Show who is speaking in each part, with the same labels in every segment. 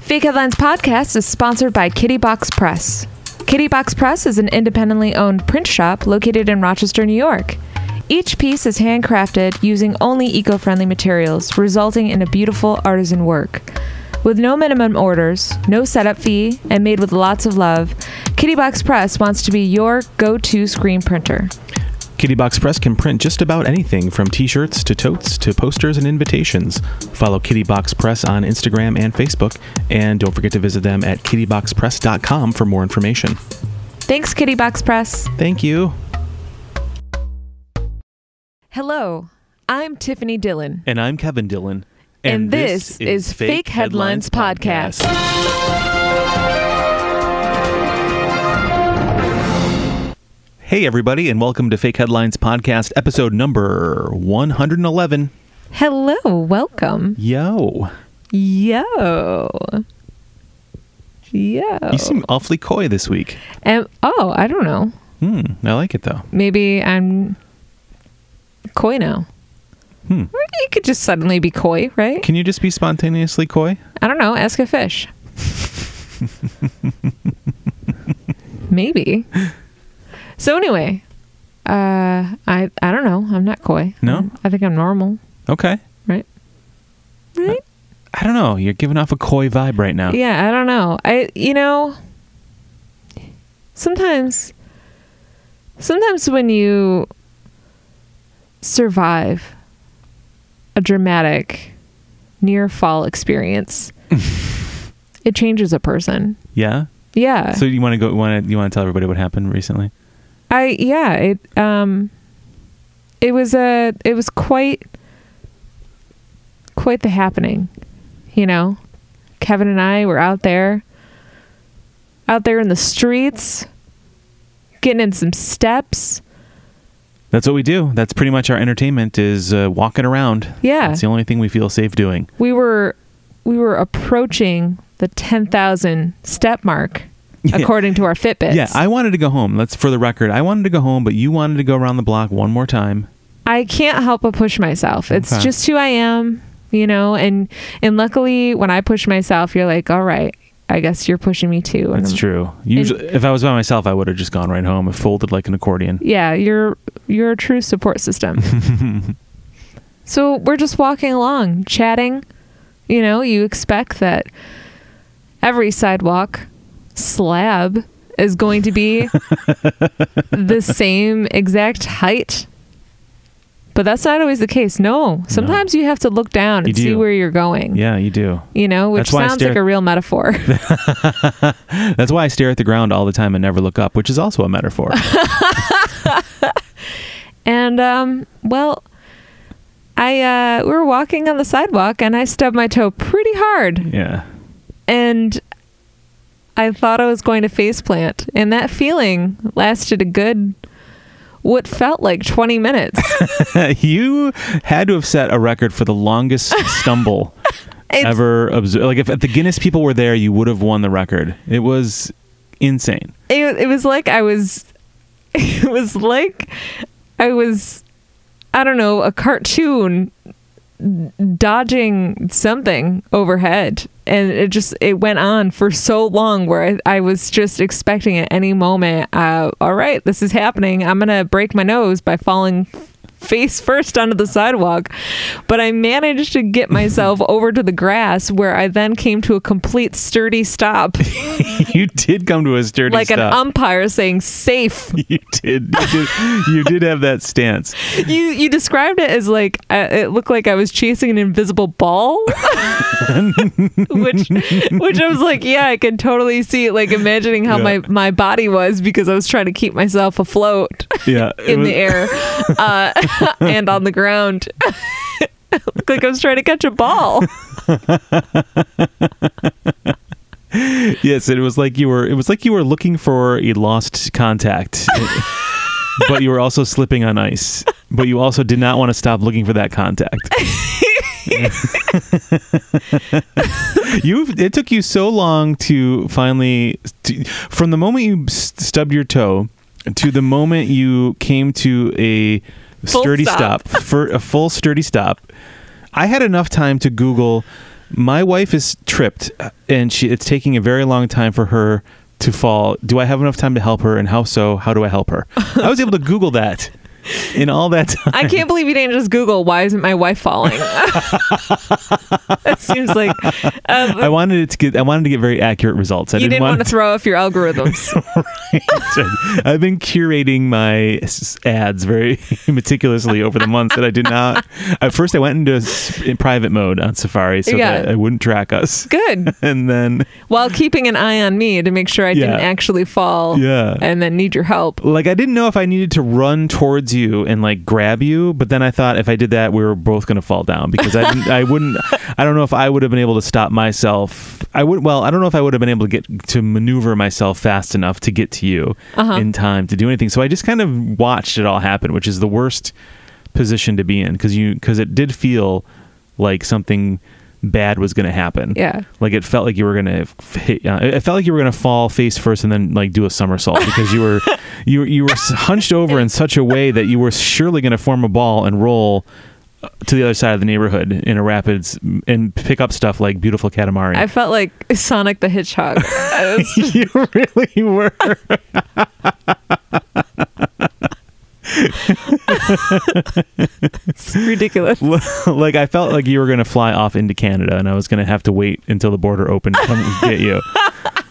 Speaker 1: Fake Headlines Podcast is sponsored by Kitty Box Press. Kitty Box Press is an independently owned print shop located in Rochester, New York. Each piece is handcrafted using only eco friendly materials, resulting in a beautiful artisan work. With no minimum orders, no setup fee, and made with lots of love, Kitty Box Press wants to be your go to screen printer.
Speaker 2: Kitty Box Press can print just about anything from t shirts to totes to posters and invitations. Follow Kitty Box Press on Instagram and Facebook, and don't forget to visit them at kittyboxpress.com for more information.
Speaker 1: Thanks, Kitty Box Press.
Speaker 2: Thank you.
Speaker 1: Hello, I'm Tiffany Dillon.
Speaker 2: And I'm Kevin Dillon.
Speaker 1: And And this this is is Fake Fake Headlines Headlines Podcast.
Speaker 2: Hey, everybody, and welcome to Fake Headlines Podcast, episode number 111.
Speaker 1: Hello, welcome.
Speaker 2: Yo.
Speaker 1: Yo. Yo.
Speaker 2: You seem awfully coy this week.
Speaker 1: Am- oh, I don't know.
Speaker 2: Hmm, I like it though.
Speaker 1: Maybe I'm coy now.
Speaker 2: Hmm.
Speaker 1: Or You could just suddenly be coy, right?
Speaker 2: Can you just be spontaneously coy?
Speaker 1: I don't know. Ask a fish. Maybe. So anyway, uh, I I don't know. I'm not coy.
Speaker 2: No?
Speaker 1: I think I'm normal,
Speaker 2: Okay.
Speaker 1: right?
Speaker 2: Uh,
Speaker 1: Right?
Speaker 2: I don't know. You're giving off a coy vibe right now.
Speaker 1: yeah, I don't know. I you know sometimes sometimes when you survive a dramatic near fall experience it changes a person.
Speaker 2: Yeah?
Speaker 1: Yeah.
Speaker 2: So you want to go? Want to you want to tell everybody what happened recently?
Speaker 1: I yeah, it um it was a it was quite quite the happening, you know. Kevin and I were out there out there in the streets getting in some steps.
Speaker 2: That's what we do. That's pretty much our entertainment is uh, walking around.
Speaker 1: Yeah.
Speaker 2: That's the only thing we feel safe doing.
Speaker 1: We were we were approaching the 10,000 step mark according to our Fitbits.
Speaker 2: Yeah, I wanted to go home. That's for the record. I wanted to go home, but you wanted to go around the block one more time.
Speaker 1: I can't help but push myself. It's
Speaker 2: Okay.
Speaker 1: just who I am, you know. And and luckily, when I push myself, you're like, all right, I guess you're pushing me too. And
Speaker 2: That's
Speaker 1: I'm-
Speaker 2: true. Usually, if I was by myself, I would have just gone right home and folded like an accordion.
Speaker 1: Yeah, you're you're a true support system. so we're just walking along, chatting. You know, you expect that every sidewalk slab is going to be the same exact height. But that's not always the case. No, sometimes you have to look down
Speaker 2: You
Speaker 1: and see
Speaker 2: do.
Speaker 1: where you're going.
Speaker 2: Yeah, you do.
Speaker 1: You know, which
Speaker 2: That's why I
Speaker 1: sounds
Speaker 2: stare-
Speaker 1: like a real metaphor.
Speaker 2: That's why I stare at the ground all the time and never look up, which is also a metaphor.
Speaker 1: And um, well, I uh, we were walking on the sidewalk, and I stubbed my toe pretty hard,
Speaker 2: yeah.
Speaker 1: and I thought I was going to faceplant, and that feeling lasted a good what felt like 20 minutes.
Speaker 2: you had to have set a record for the longest stumble
Speaker 1: It's-
Speaker 2: ever observed. Like if, if the Guinness people were there, you would have won the record. It was insane.
Speaker 1: it, it was like I was, it was like I was, I don't know, a cartoon dodging something overhead. And it just, it went on for so long where I, I was just expecting at any moment, uh, all right, this is happening. I'm going to break my nose by falling face first onto the sidewalk. But I managed to get myself over to the grass where I then came to a complete sturdy stop
Speaker 2: you did come to a sturdy
Speaker 1: like an um-
Speaker 2: stop.
Speaker 1: umpire saying safe.
Speaker 2: you did. You did, you did have that stance.
Speaker 1: you you described it as like uh, it looked like I was chasing an invisible ball, which which I was like, yeah, I can totally see. Like imagining how
Speaker 2: Yeah.
Speaker 1: my my body was because I was trying to keep myself afloat
Speaker 2: Yeah. it
Speaker 1: in
Speaker 2: was-
Speaker 1: the air uh, and on the ground. Looked like I was trying to catch a ball.
Speaker 2: Yes, it was like you were. It was like you were looking for a lost contact, but you were also slipping on ice. But you also did not want to stop looking for that contact. you. It took you so long to finally, to, from the moment you s- stubbed your toe to the moment you came to a
Speaker 1: Full
Speaker 2: sturdy
Speaker 1: stop.
Speaker 2: stop, for a full sturdy stop. I had enough time to Google My wife is tripped, uh, and she it's taking a very long time for her to fall. Do I have enough time to help her, and how so? How do I help her? I was able to Google that in all that time.
Speaker 1: I can't believe you didn't just Google why isn't my wife falling. that seems like um,
Speaker 2: I wanted it to get. I wanted to get very accurate results. I
Speaker 1: you didn't want to
Speaker 2: to.
Speaker 1: throw off your algorithms.
Speaker 2: I've been curating my s- ads very meticulously over the months that I did not. At first, I went into s- in private mode on Safari so
Speaker 1: Yeah.
Speaker 2: that I wouldn't track us,
Speaker 1: Good.
Speaker 2: and then
Speaker 1: While keeping an eye on me to make sure I didn't
Speaker 2: Yeah.
Speaker 1: actually fall
Speaker 2: Yeah.
Speaker 1: and then need your help.
Speaker 2: like I didn't know if I needed to run towards you and like grab you, but then I thought if I did that, we were both going to fall down because I didn't, I wouldn't I don't know if I would have been able to stop myself. I would well, I don't know if I would have been able to get to maneuver myself fast enough to get to you in time to do anything. So I just kind of watched it all happen, which is the worst position to be in because you because it did feel like something bad was going to happen.
Speaker 1: Yeah.
Speaker 2: Like it felt like you were gonna f- hit. Uh, it felt like you were gonna fall face first and then like do a somersault because you were you were- you were s- hunched over in such a way that you were surely gonna form a ball and roll uh, to the other side of the neighborhood in a rapids m- and pick up stuff like beautiful Katamari.
Speaker 1: I felt like Sonic the Hedgehog. I was-
Speaker 2: you really were.
Speaker 1: it's ridiculous.
Speaker 2: like I felt like you were gonna fly off into Canada and I was gonna have to wait until the border opened to come get you.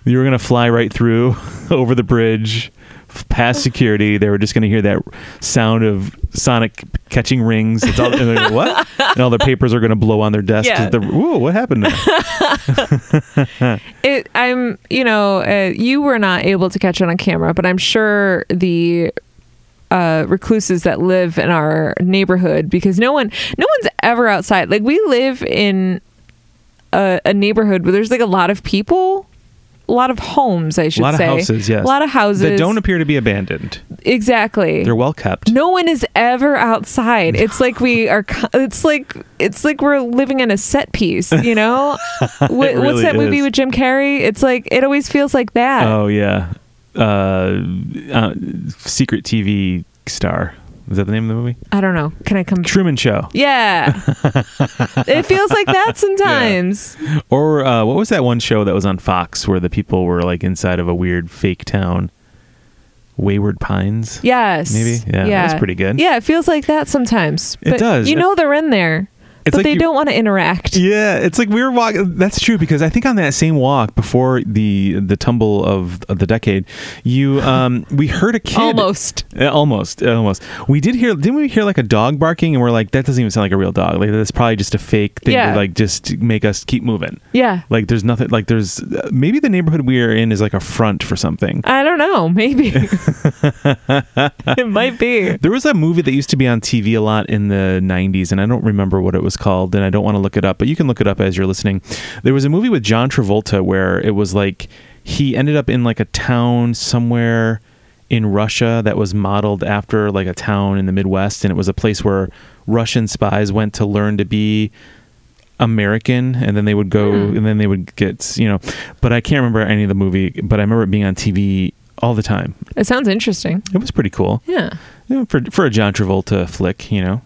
Speaker 2: You were gonna fly right through over the bridge, f- past security. They were just gonna hear that sound of Sonic catching rings. It's all, and they're like, what? And all the papers are gonna blow on their desk.
Speaker 1: Yeah.
Speaker 2: The- Ooh, what happened?
Speaker 1: It, I'm, you know, uh, you were not able to catch it on camera, but I'm sure the uh, recluses that live in our neighborhood, because no one, no one's ever outside. Like we live in a, a neighborhood where there's like a lot of people, a lot of homes, I
Speaker 2: a
Speaker 1: should
Speaker 2: lot
Speaker 1: say,
Speaker 2: of houses. Yes,
Speaker 1: a lot of houses
Speaker 2: that don't appear to be abandoned.
Speaker 1: exactly.
Speaker 2: They're well kept.
Speaker 1: no one is ever outside. It's like we are. co- It's like it's like we're living in a set piece. You know, what, what's
Speaker 2: really
Speaker 1: that movie
Speaker 2: is.
Speaker 1: with Jim Carrey? It's like it always feels like that.
Speaker 2: Oh yeah, uh, uh, secret TV star. Is that the name of the movie?
Speaker 1: I don't know. Can I come?
Speaker 2: Truman Show.
Speaker 1: Yeah, it feels like that sometimes.
Speaker 2: Or uh, what was that one show that was on Fox where the people were like inside of a weird fake town? Wayward Pines.
Speaker 1: Yes,
Speaker 2: Maybe? Yeah, that was pretty good.
Speaker 1: Yeah, it feels like that sometimes.
Speaker 2: It does.
Speaker 1: You know they're in there,
Speaker 2: It's
Speaker 1: but
Speaker 2: like
Speaker 1: they
Speaker 2: you-
Speaker 1: don't want to interact.
Speaker 2: Yeah, it's like we were walking. That's true because I think on that same walk before the the tumble of, of the decade, you um we heard a kid
Speaker 1: Almost.
Speaker 2: Uh, almost almost we did hear didn't we hear like a dog barking and we're like that doesn't even sound like a real dog like that's probably just a fake thing
Speaker 1: Yeah.
Speaker 2: to like just make us keep moving
Speaker 1: Yeah.
Speaker 2: like there's nothing like there's uh, maybe the neighborhood we are in is like a front for something
Speaker 1: I don't know. Maybe it might be.
Speaker 2: There was a movie that used to be on TV a lot in the 90s, and I don't remember what it was called, and I don't want to look it up, but you can look it up as you're listening. There was a movie with John Travolta where it was like he ended up in like a town somewhere in Russia that was modeled after like a town in the Midwest, and it was a place where Russian spies went to learn to be American, and then they would go, and then they would get, you know. But I can't remember any of the movie, but I remember it being on TV all the time.
Speaker 1: It sounds interesting.
Speaker 2: It was pretty cool.
Speaker 1: Yeah.
Speaker 2: Yeah, for for a John Travolta flick, you know,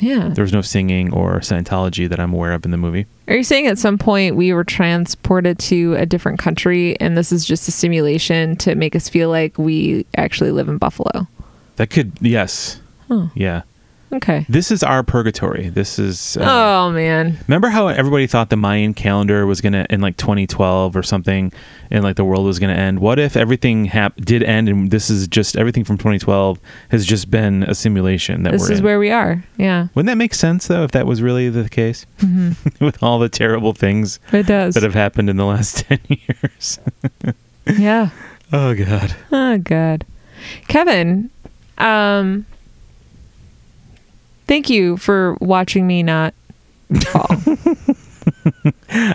Speaker 1: Yeah.
Speaker 2: there was no singing or Scientology that I'm aware of in the movie.
Speaker 1: Are you saying at some point we were transported to a different country and this is just a simulation to make us feel like we actually live in Buffalo?
Speaker 2: That could yes, yeah.
Speaker 1: Okay.
Speaker 2: This is our purgatory. This is. Uh,
Speaker 1: Oh man.
Speaker 2: Remember how everybody thought the Mayan calendar was gonna in like 2012 or something, and like the world was gonna end. What if everything hap- did end, and this is just everything from 2012 has just been a simulation that
Speaker 1: This
Speaker 2: we're
Speaker 1: is
Speaker 2: in?
Speaker 1: where we are. Yeah.
Speaker 2: Wouldn't that make sense though if that was really the case,
Speaker 1: Mm-hmm.
Speaker 2: with all the terrible things
Speaker 1: It does.
Speaker 2: that have happened in the last 10 years?
Speaker 1: yeah.
Speaker 2: Oh God.
Speaker 1: Oh god. Kevin, um thank you for watching me not fall.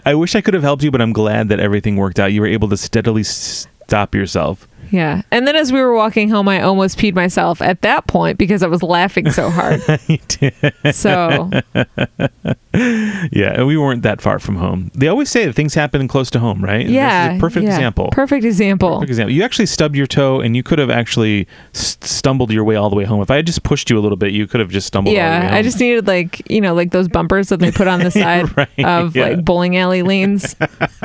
Speaker 2: I wish I could have helped you, but I'm glad that everything worked out. You were able to steadily s- stop yourself
Speaker 1: Yeah. And then as we were walking home, I almost peed myself at that point because I was laughing so hard.
Speaker 2: You did.
Speaker 1: so,
Speaker 2: yeah, and we weren't that far from home. They always say that things happen close to home, right? And this is
Speaker 1: yeah.
Speaker 2: a perfect
Speaker 1: yeah.
Speaker 2: example.
Speaker 1: Perfect example.
Speaker 2: Perfect example. You actually stubbed your toe, and you could have actually s- stumbled your way all the way home. If I had just pushed you a little bit, you could have just stumbled. all the way
Speaker 1: Yeah.
Speaker 2: home.
Speaker 1: I just needed, like, you know, like those bumpers that they put on the side
Speaker 2: Right,
Speaker 1: of
Speaker 2: yeah.
Speaker 1: like bowling alley lanes.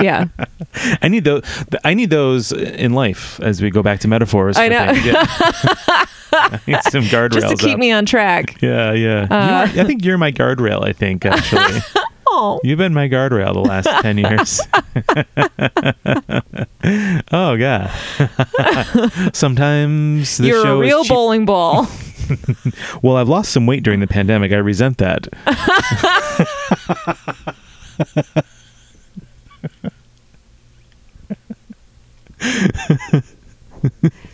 Speaker 1: yeah.
Speaker 2: I need those. I need those in life as we go back to metaphors.
Speaker 1: I
Speaker 2: for
Speaker 1: know.
Speaker 2: things. Yeah. I need some guardrails.
Speaker 1: Just to keep
Speaker 2: up.
Speaker 1: me on track.
Speaker 2: Yeah, yeah.
Speaker 1: Uh,
Speaker 2: You are- I think you're my guardrail. I think actually,
Speaker 1: Oh.
Speaker 2: you've been my guardrail the last ten years. oh god. Sometimes this
Speaker 1: You're
Speaker 2: show
Speaker 1: a real
Speaker 2: is cheap.
Speaker 1: bowling ball.
Speaker 2: Well, I've lost some weight during the pandemic. I resent that.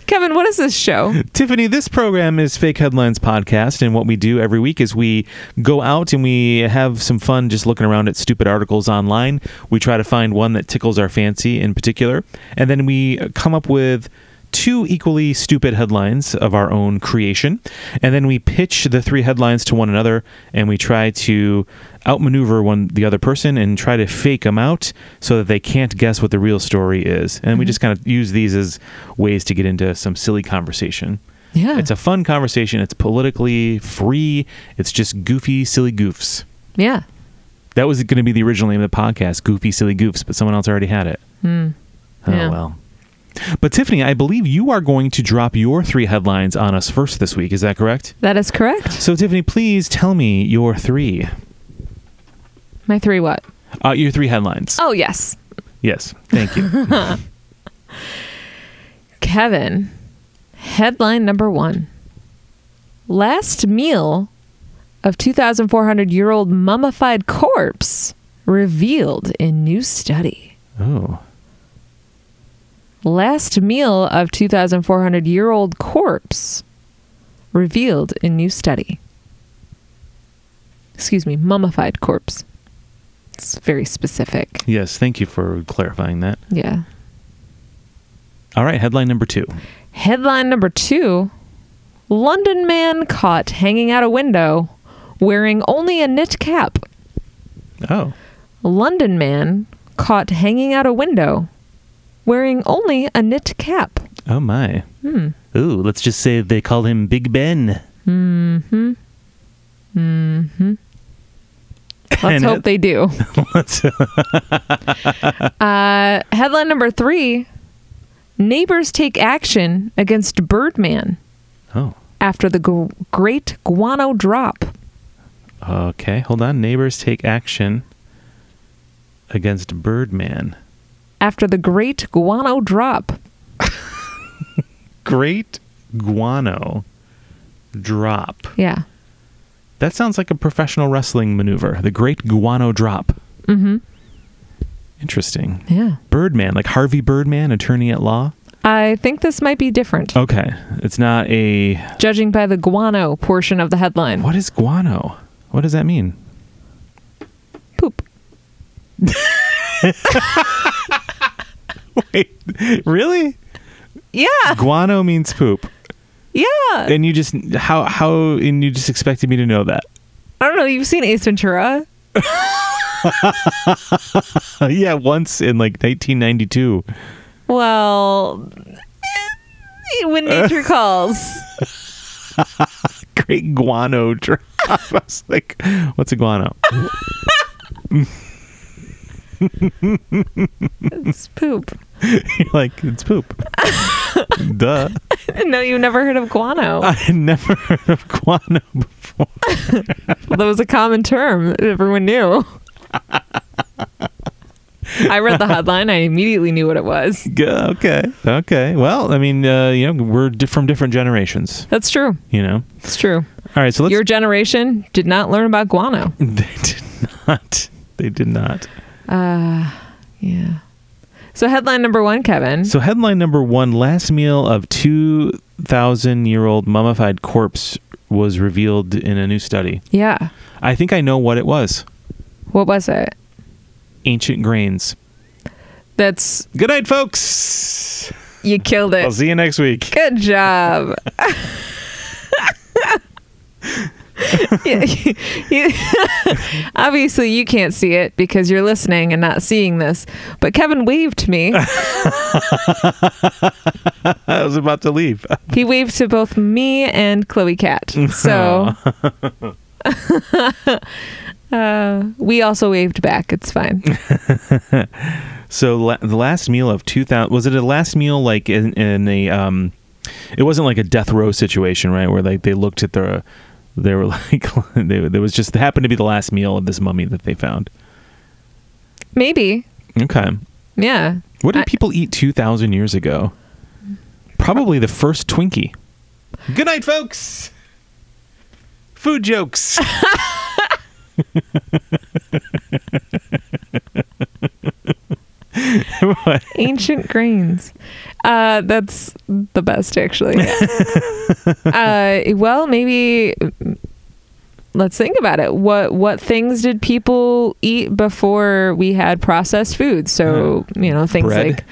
Speaker 1: Kevin, what is this show?
Speaker 2: Tiffany, this program is Fake Headlines Podcast, and what we do every week is we go out and we have some fun just looking around at stupid articles online. We try to find one that tickles our fancy in particular, and then we come up with two equally stupid headlines of our own creation, and then we pitch the three headlines to one another, and we try to outmaneuver one the other person and try to fake them out so that they can't guess what the real story is. And we just kind of use these as ways to get into some silly conversation.
Speaker 1: Yeah.
Speaker 2: It's a fun conversation. It's politically free. It's just goofy, silly goofs.
Speaker 1: yeah.
Speaker 2: That was going to be the original name of the podcast, Goofy Silly Goofs, but someone else already had it.
Speaker 1: Hmm. Yeah.
Speaker 2: Oh well. But Tiffany, I believe you are going to drop your three headlines on us first this week. Is that correct?
Speaker 1: That is correct.
Speaker 2: So Tiffany, please tell me your three.
Speaker 1: My three what?
Speaker 2: Uh, your three headlines.
Speaker 1: Oh, yes.
Speaker 2: Yes. Thank you.
Speaker 1: Kevin, headline number one Last meal of 2,400 year old mummified corpse revealed in new study.
Speaker 2: oh.
Speaker 1: Last meal of 2,400 year old corpse revealed in new study. Excuse me, mummified corpse. It's very specific.
Speaker 2: Yes, thank you for clarifying that.
Speaker 1: Yeah.
Speaker 2: All right, headline number two.
Speaker 1: Headline number two London man caught hanging out a window wearing only a knit cap.
Speaker 2: Oh.
Speaker 1: London man caught hanging out a window wearing only a knit cap.
Speaker 2: Oh my. Hmm. Ooh, let's just say they called him Big Ben.
Speaker 1: Let's
Speaker 2: And
Speaker 1: hope
Speaker 2: it-
Speaker 1: they do.
Speaker 2: Let's-
Speaker 1: Uh, headline number three Neighbors take action against Birdman
Speaker 2: oh.
Speaker 1: after the gr- great guano drop.
Speaker 2: Okay, hold on. Neighbors take action against Birdman.
Speaker 1: After the great guano drop.
Speaker 2: Great guano drop.
Speaker 1: Yeah.
Speaker 2: That sounds like a professional wrestling maneuver. The Great Guano Drop.
Speaker 1: Mm
Speaker 2: Interesting.
Speaker 1: hmm. Yeah.
Speaker 2: Birdman, like Harvey Birdman, attorney at law.
Speaker 1: I think this might be different.
Speaker 2: Okay, it's not a
Speaker 1: judging by the guano portion of the headline.
Speaker 2: what is guano? What does that mean?
Speaker 1: Poop.
Speaker 2: Wait, really?
Speaker 1: Yeah.
Speaker 2: Guano means poop,
Speaker 1: Yeah.
Speaker 2: and you just how how and you just expected me to know that?
Speaker 1: I don't know. You've seen Ace Ventura.
Speaker 2: yeah, once in like 1992.
Speaker 1: Well, eh, when nature calls.
Speaker 2: Great guano drop. I was like, what's a guano?
Speaker 1: It's poop.
Speaker 2: You're like, it's poop. Duh.
Speaker 1: No, you've never heard of guano.
Speaker 2: I had never heard of guano before.
Speaker 1: that was a common term that everyone knew. I read the headline. I immediately knew what it was.
Speaker 2: G- Okay. Okay. Well, I mean, uh, you know, we're di- from different generations,
Speaker 1: That's true.
Speaker 2: you know?
Speaker 1: It's true.
Speaker 2: All right. So let's.
Speaker 1: Your generation did not learn about guano.
Speaker 2: they did not. They did not.
Speaker 1: Uh, Yeah. So, headline number one, Kevin.
Speaker 2: So, headline number one last meal of 2,000 year old mummified corpse was revealed in a new study.
Speaker 1: yeah.
Speaker 2: I think I know what it was
Speaker 1: What was it?
Speaker 2: ancient grains.
Speaker 1: That's
Speaker 2: Good night, folks.
Speaker 1: You killed
Speaker 2: I'll
Speaker 1: it.
Speaker 2: see you next week.
Speaker 1: Good job. Yeah, you- you- obviously, you can't see it because you're listening and not seeing this. But Kevin waved to me.
Speaker 2: I was about to leave.
Speaker 1: He waved to both me and Chloe Cat. So uh, we also waved back. It's fine.
Speaker 2: So la- the last meal of 2000 was it a last meal like in in a um it wasn't like a death row situation, right? Where like they looked at the they were like they there was just happened to be the last meal of this mummy that they found.
Speaker 1: Maybe.
Speaker 2: Okay.
Speaker 1: Yeah.
Speaker 2: What did
Speaker 1: I-
Speaker 2: people eat 2000 years ago? Probably the first Twinkie. Good night, folks. Food jokes.
Speaker 1: Ancient grains. Uh, that's the best, actually. uh, well, maybe let's think about it. What what things did people eat before we had processed food? So you know things
Speaker 2: Hmm. Bread.
Speaker 1: like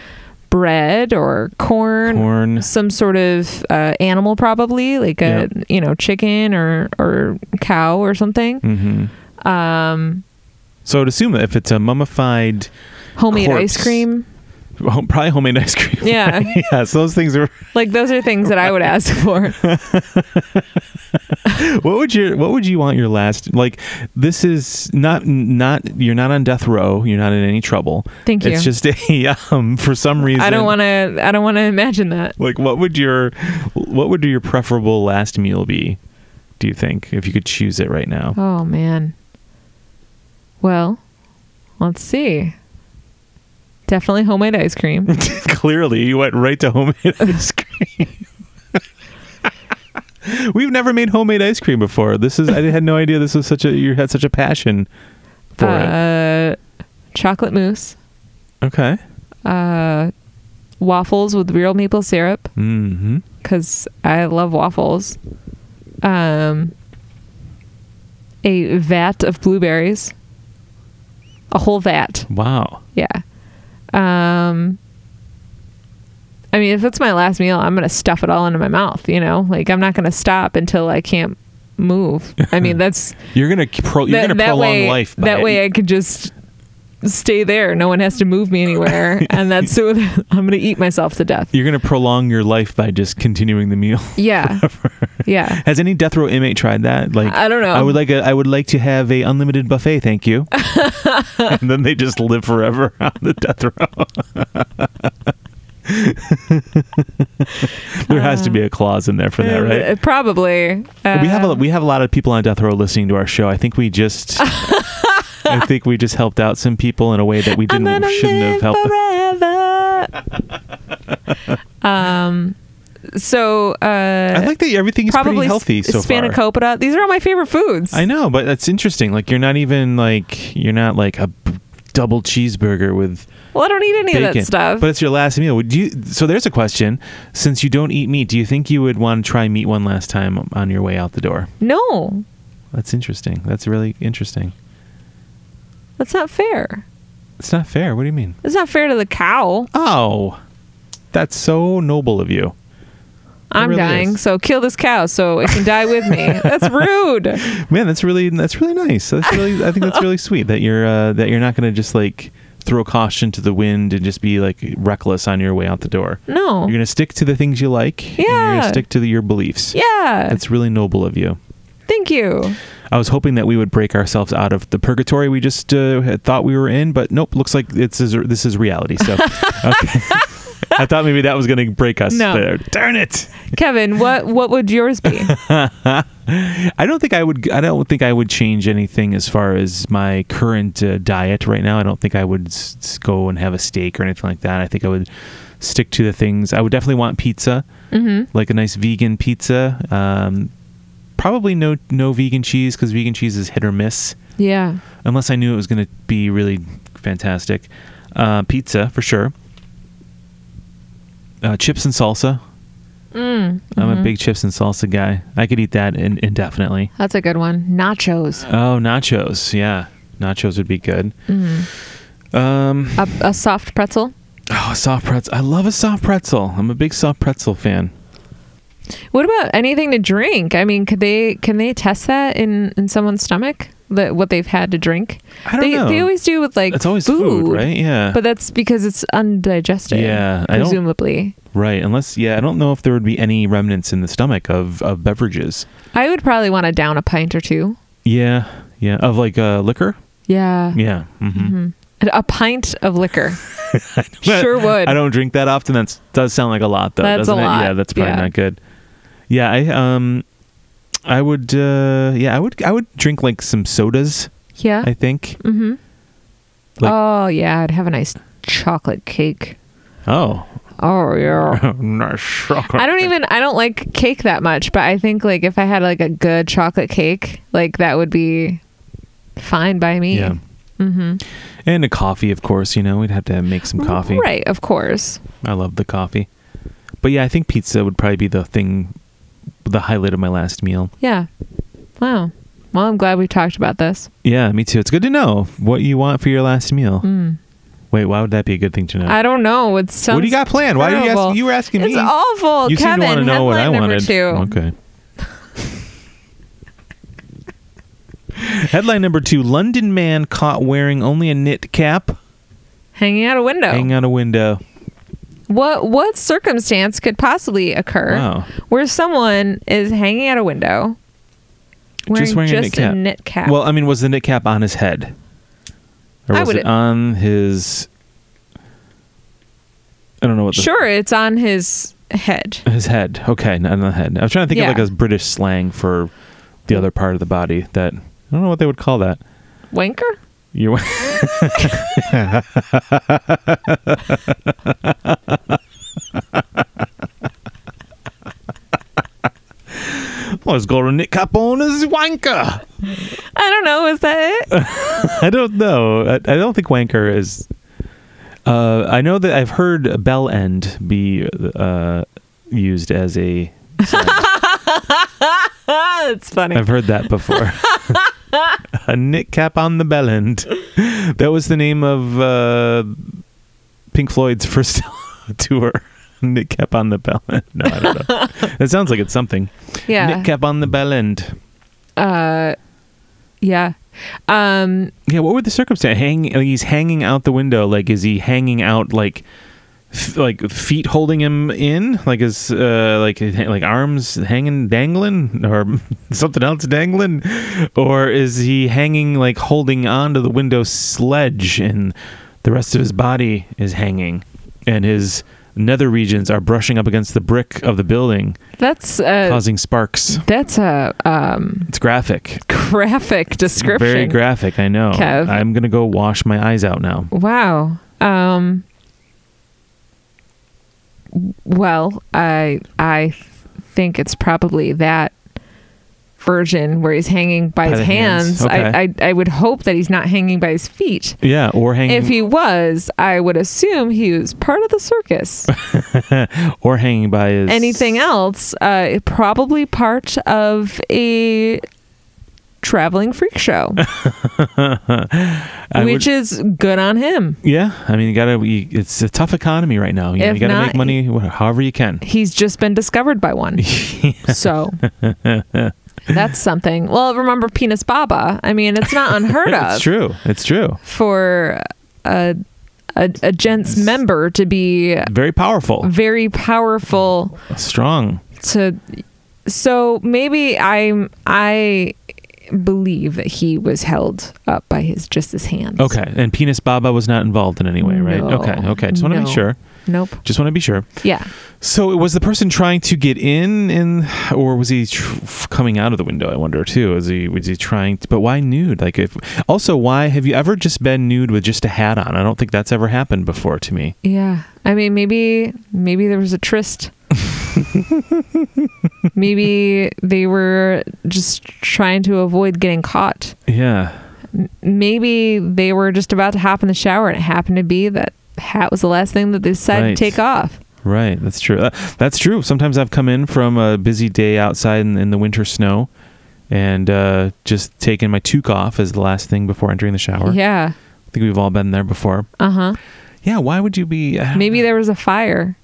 Speaker 1: bread or corn,
Speaker 2: Corn.
Speaker 1: some sort of uh, animal, probably like a you know chicken or or cow or something.
Speaker 2: Mm-hmm.
Speaker 1: Um,
Speaker 2: So I'd assume that if it's a mummified,
Speaker 1: homemade ice
Speaker 2: Corpse.
Speaker 1: cream.
Speaker 2: well, probably homemade ice cream.
Speaker 1: Yeah.
Speaker 2: yeah. So those things are.
Speaker 1: Like those are things that I would ask for.
Speaker 2: What would your What would you want your last? Like this is not not you're not on death row. You're not in any trouble.
Speaker 1: Thank you.
Speaker 2: It's just a um for some reason.
Speaker 1: I don't want to. I don't want to imagine that.
Speaker 2: Like what would your What would your preferable last meal be? Do you think if you could choose it right now?
Speaker 1: Oh man. Well, let's see. Definitely homemade ice cream.
Speaker 2: Clearly, you went right to homemade ice cream. We've never made homemade ice cream before. This is I had no idea this was such a you had such a passion for
Speaker 1: uh, chocolate mousse.
Speaker 2: it. Okay.
Speaker 1: Uh, waffles with real maple syrup
Speaker 2: Mm-hmm.
Speaker 1: because I love waffles. Um, a vat of blueberries. A whole vat.
Speaker 2: Wow.
Speaker 1: Yeah. Um I mean, if it's my last meal, I'm going to stuff it all into my mouth, you know? Like I'm not going to stop until I can't move. I mean, that's
Speaker 2: You're gonna pro, you're
Speaker 1: that,
Speaker 2: gonna
Speaker 1: that
Speaker 2: prolong
Speaker 1: way
Speaker 2: life. By
Speaker 1: that
Speaker 2: it.
Speaker 1: way I could just stay there. No one has to move me anywhere. and that's so I'm going to eat myself to death.
Speaker 2: you're gonna prolong your life by just continuing the meal.
Speaker 1: Yeah. yeah.
Speaker 2: Has any death row inmate tried that? Like
Speaker 1: I don't know.
Speaker 2: I would like a I would like to have a unlimited buffet, thank you. and then they just live forever on the death row. there has to be a clause in there for that, right?
Speaker 1: Um, Uh, Probably.
Speaker 2: we have a
Speaker 1: Um,
Speaker 2: we have a lot of people on death row listening to our show. I think we just I think we just helped out some people in a way that we
Speaker 1: Uh, I'm
Speaker 2: didn't
Speaker 1: gonna
Speaker 2: shouldn't have
Speaker 1: live
Speaker 2: helped.
Speaker 1: forever. um, so uh,
Speaker 2: I like that everything is
Speaker 1: probably
Speaker 2: pretty healthy so far.
Speaker 1: spanakopita. These are all my favorite foods.
Speaker 2: I know, but that's interesting. Like you're not even like you're not like a b- double cheeseburger with
Speaker 1: well, I don't eat any of
Speaker 2: bacon.
Speaker 1: that stuff.
Speaker 2: But it's your last meal. Would you? So there's a question. Since you don't eat meat, do you think you would want to try meat one last time on your way out the door?
Speaker 1: no,
Speaker 2: That's interesting. That's really interesting.
Speaker 1: that's not fair.
Speaker 2: It's not fair. What do you mean?
Speaker 1: It's not fair to the cow.
Speaker 2: Oh, that's so noble of you.
Speaker 1: I'm
Speaker 2: really
Speaker 1: dying,
Speaker 2: is.
Speaker 1: so kill this cow so it can die with me. That's rude.
Speaker 2: Man, that's really that's really nice. That's really I think that's really sweet that you're uh, that you're not going to just like throw caution to the wind and just be like reckless on your way out the door.
Speaker 1: No.
Speaker 2: You're going to stick to the things you like. And you're going to
Speaker 1: Yeah.
Speaker 2: stick to the, your beliefs.
Speaker 1: yeah.
Speaker 2: That's really noble of you.
Speaker 1: Thank you.
Speaker 2: I was hoping that we would break ourselves out of the purgatory we just uh, had thought we were in, but nope. Looks like it's this is reality. So, okay. I thought maybe that was going to break us.
Speaker 1: No.
Speaker 2: but darn it!
Speaker 1: Kevin, what what would yours be?
Speaker 2: I don't think I would. I don't think I would change anything as far as my current uh, diet right now. I don't think I would s- s- go and have a steak or anything like that. I think I would stick to the things. I would definitely want pizza, mm-hmm. like a nice vegan pizza. Um, probably no no vegan cheese because vegan cheese is hit or miss.
Speaker 1: yeah.
Speaker 2: unless I knew it was going to be really fantastic. Uh, pizza for sure. Uh, chips and salsa.
Speaker 1: Mm,
Speaker 2: I'm a big chips and salsa guy. I could eat that in- indefinitely.
Speaker 1: that's a good one. Nachos.
Speaker 2: Oh, nachos.
Speaker 1: Mm.
Speaker 2: Yeah, nachos would be good. Um,
Speaker 1: A, a soft pretzel.
Speaker 2: oh, Oh, soft pretzel. I love a soft pretzel. I'm a big soft pretzel fan.
Speaker 1: What about anything to drink? I mean, could they can they test that in in someone's stomach? The, what they've had to drink?
Speaker 2: I don't
Speaker 1: they,
Speaker 2: know.
Speaker 1: They always do with like
Speaker 2: It's always food, right? Yeah.
Speaker 1: But that's because it's undigested.
Speaker 2: Yeah, I don't-
Speaker 1: presumably.
Speaker 2: right. Unless, yeah, I don't know if there would be any remnants in the stomach of, of beverages.
Speaker 1: I, would probably want to down a pint or two.
Speaker 2: Yeah. Yeah. Of like uh, liquor?
Speaker 1: Yeah,
Speaker 2: Yeah. Mm-hmm.
Speaker 1: a pint of liquor. sure would.
Speaker 2: I don't drink that often. That does sound like a lot, though.
Speaker 1: That's
Speaker 2: doesn't
Speaker 1: a
Speaker 2: it?
Speaker 1: lot.
Speaker 2: Yeah, that's probably
Speaker 1: Yeah.
Speaker 2: not good. Yeah, I um, I would. Uh, yeah, I would. I would drink like some sodas.
Speaker 1: Yeah.
Speaker 2: I think.
Speaker 1: mm-hmm.
Speaker 2: Like-
Speaker 1: oh yeah, I'd have a nice chocolate cake.
Speaker 2: Oh,
Speaker 1: Oh yeah.
Speaker 2: Nice chocolate.
Speaker 1: I don't even I don't like cake that much, but I think like if I had like a good chocolate cake, like that would be fine by me.
Speaker 2: Yeah. And a coffee, of course. You know, we'd have to make some coffee.
Speaker 1: Right, of course.
Speaker 2: I love the coffee. But yeah, I think pizza would probably be the thing, the highlight of my last meal.
Speaker 1: Yeah. Wow. Well, I'm glad we talked about this.
Speaker 2: Yeah, me too. It's good to know what you want for your last meal. Wait, why would that be a good thing to know?
Speaker 1: Hmm. I don't know. It sounds
Speaker 2: what do you got planned? Why are you
Speaker 1: terrible.
Speaker 2: asking? You were asking
Speaker 1: It's
Speaker 2: me.
Speaker 1: awful.
Speaker 2: you
Speaker 1: Kevin,
Speaker 2: seem to want to know what I
Speaker 1: headline number Two.
Speaker 2: wanted. Okay. Headline number two: London man caught wearing only a knit cap,
Speaker 1: Hanging out a window.
Speaker 2: hanging out a window.
Speaker 1: What what circumstance could possibly occur
Speaker 2: Wow.
Speaker 1: where someone is hanging out a window wearing just,
Speaker 2: wearing a knit
Speaker 1: a,
Speaker 2: cap.
Speaker 1: knit cap?
Speaker 2: Well, I mean, was the knit cap on his head, or
Speaker 1: I
Speaker 2: was it
Speaker 1: would've-
Speaker 2: on his? I don't know what. The,
Speaker 1: sure, it's on his head.
Speaker 2: His head. Okay, not on the head. I was trying to think
Speaker 1: Yeah.
Speaker 2: of like a British slang for the other part of the body. That I don't know what they would call that.
Speaker 1: Wanker?
Speaker 2: You. Let's go to Nick Capone's wanker.
Speaker 1: I don't know. Is that it?
Speaker 2: I don't know. I, I don't think wanker is. Uh, I know that I've heard bell end be uh, used as a.
Speaker 1: That's funny.
Speaker 2: I've heard that before. a knit cap on the bell end. That was the name of uh, Pink Floyd's first tour. Knit cap on the bell end. No, I don't know. that sounds like it's something.
Speaker 1: yeah.
Speaker 2: Knit cap on the bell end.
Speaker 1: Uh, yeah. Um,
Speaker 2: Yeah, what were the circumstances? Hang, like, he's hanging out the window. Like, is he hanging out like, f- like feet holding him in? Like, is uh, like his ha- like arms hanging, dangling, or something else dangling, or is he hanging like holding onto the window sledge, and the rest of his body is hanging, and his nether regions are brushing up against the brick of the building,
Speaker 1: that's uh,
Speaker 2: causing sparks.
Speaker 1: that's a um
Speaker 2: It's graphic.
Speaker 1: graphic description.
Speaker 2: Very graphic, I know.
Speaker 1: Kev.
Speaker 2: I'm gonna go wash my eyes out now.
Speaker 1: Wow. Um. Well, I I think it's probably that version where he's hanging by,
Speaker 2: By
Speaker 1: his
Speaker 2: the hands.
Speaker 1: hands. I, I I would hope that he's not hanging by his feet.
Speaker 2: Yeah, or hanging
Speaker 1: If he was, I would assume he was part of the circus.
Speaker 2: or hanging by his
Speaker 1: Anything else, uh, probably part of a traveling freak show,
Speaker 2: I
Speaker 1: which
Speaker 2: would-
Speaker 1: is good on him.
Speaker 2: yeah, I mean, you gotta. You, it's a tough economy right now. You, know,
Speaker 1: If
Speaker 2: you gotta
Speaker 1: not-
Speaker 2: make money wh- however you can.
Speaker 1: He's just been discovered by one. so that's something. Well, remember Penis Baba? I mean, it's not unheard
Speaker 2: It's
Speaker 1: of
Speaker 2: true. It's true.
Speaker 1: for a, a, a gent's member to be
Speaker 2: Very powerful.
Speaker 1: very powerful
Speaker 2: Strong.
Speaker 1: to so maybe i'm i believe that he was held up by his just his hands
Speaker 2: Okay, and penis Baba was not involved in any way, right?
Speaker 1: No.
Speaker 2: Okay, okay. Just want to
Speaker 1: No.
Speaker 2: make sure.
Speaker 1: nope
Speaker 2: Just want to be sure.
Speaker 1: yeah
Speaker 2: So, was the person trying to get in, and or was he tr- coming out of the window? I wonder too. Is he was he trying? To, but why nude? Like, if also why have you ever just been nude with just a hat on? I don't think that's ever happened before to me.
Speaker 1: yeah i mean maybe maybe there was a tryst maybe they were just trying to avoid getting caught
Speaker 2: Yeah.
Speaker 1: maybe they were just about to hop in the shower and it happened to be that hat was the last thing that they decided to
Speaker 2: Right.
Speaker 1: take off
Speaker 2: Right, that's true. Uh, That's true. Sometimes I've come in from a busy day outside in, in the winter snow, and uh, just taken my toque off as the last thing before entering the shower.
Speaker 1: yeah
Speaker 2: I think we've all been there before.
Speaker 1: uh-huh
Speaker 2: Yeah, why would you be? I don't
Speaker 1: Maybe there was a fire,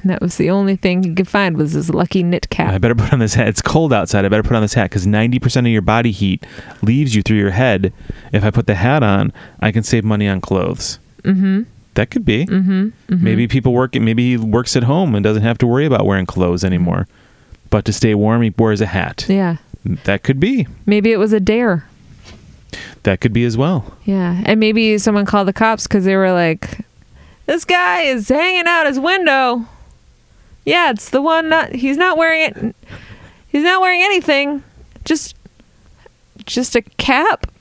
Speaker 1: and that was the only thing he could find was his lucky knit
Speaker 2: I
Speaker 1: cap.
Speaker 2: better put on this hat. It's cold outside. I better put on this hat because 90% of your body heat leaves you through your head. If I put the hat on, I can save money on clothes.
Speaker 1: Mm-hmm.
Speaker 2: That could be.
Speaker 1: Mm-hmm. hmm
Speaker 2: Maybe people work, maybe he works at home and doesn't have to worry about wearing clothes anymore. But to stay warm, he wears a hat.
Speaker 1: Yeah.
Speaker 2: That could be.
Speaker 1: Maybe it was a dare.
Speaker 2: That could be as well.
Speaker 1: Yeah, and maybe someone called the cops because they were like, "This guy is hanging out his window." Yeah, it's the one. Not he's not wearing it. He's not wearing anything. Just, just a cap.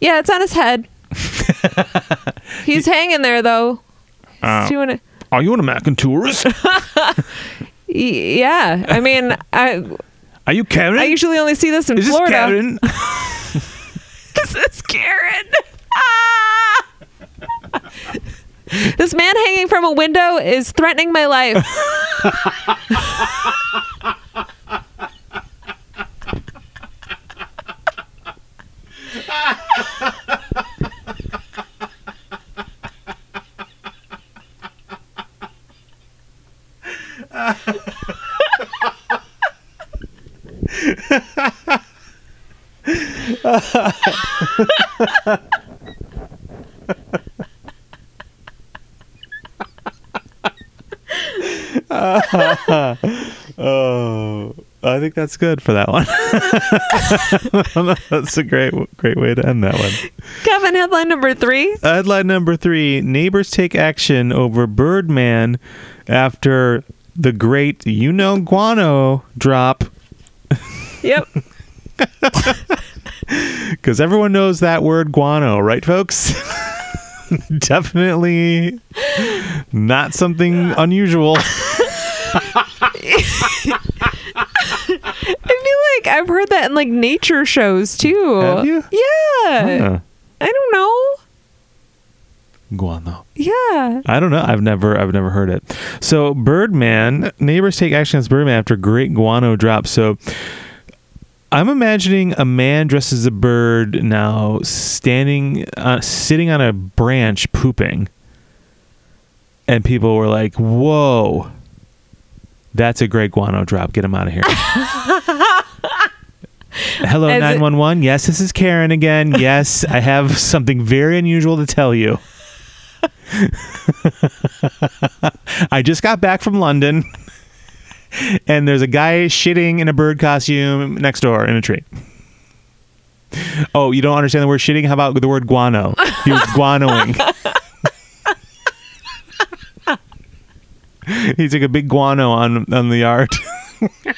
Speaker 1: Yeah, it's on his head. he's hanging there though. He's doing it.
Speaker 2: Are you on a Mac and tourist?
Speaker 1: Y- Yeah, I mean, I
Speaker 2: Are you Karen?
Speaker 1: I usually only see this in Florida.
Speaker 2: Karen?
Speaker 1: this is Karen. Ah! this man hanging from a window is threatening my life.
Speaker 2: Oh, I think that's good for that one. that's a great, great way to end that one.
Speaker 1: Kevin, headline number three.
Speaker 2: Headline number three: Neighbors take action over Birdman after the great you know guano drop
Speaker 1: Yep.
Speaker 2: because everyone knows that word guano, right, folks? Definitely not something unusual.
Speaker 1: I feel like I've heard that in like nature shows too.
Speaker 2: Have you?
Speaker 1: Yeah.
Speaker 2: Huh.
Speaker 1: I don't know.
Speaker 2: Guano.
Speaker 1: Yeah.
Speaker 2: I don't know. I've never I've never heard it. So Birdman, neighbors take action against Birdman after great guano drops. So I'm imagining a man dressed as a bird now standing uh, sitting on a branch pooping. And people were like, "Whoa. That's a great guano drop. Get him out of here." Hello
Speaker 1: As it-
Speaker 2: 911. yes, this is Karen again. Yes, I have something very unusual to tell you. I just got back from London, and there's a guy shitting in a bird costume next door in a tree. Oh, you don't understand the word shitting? How about the word guano? He was guanoing. he took a big guano on on the yard.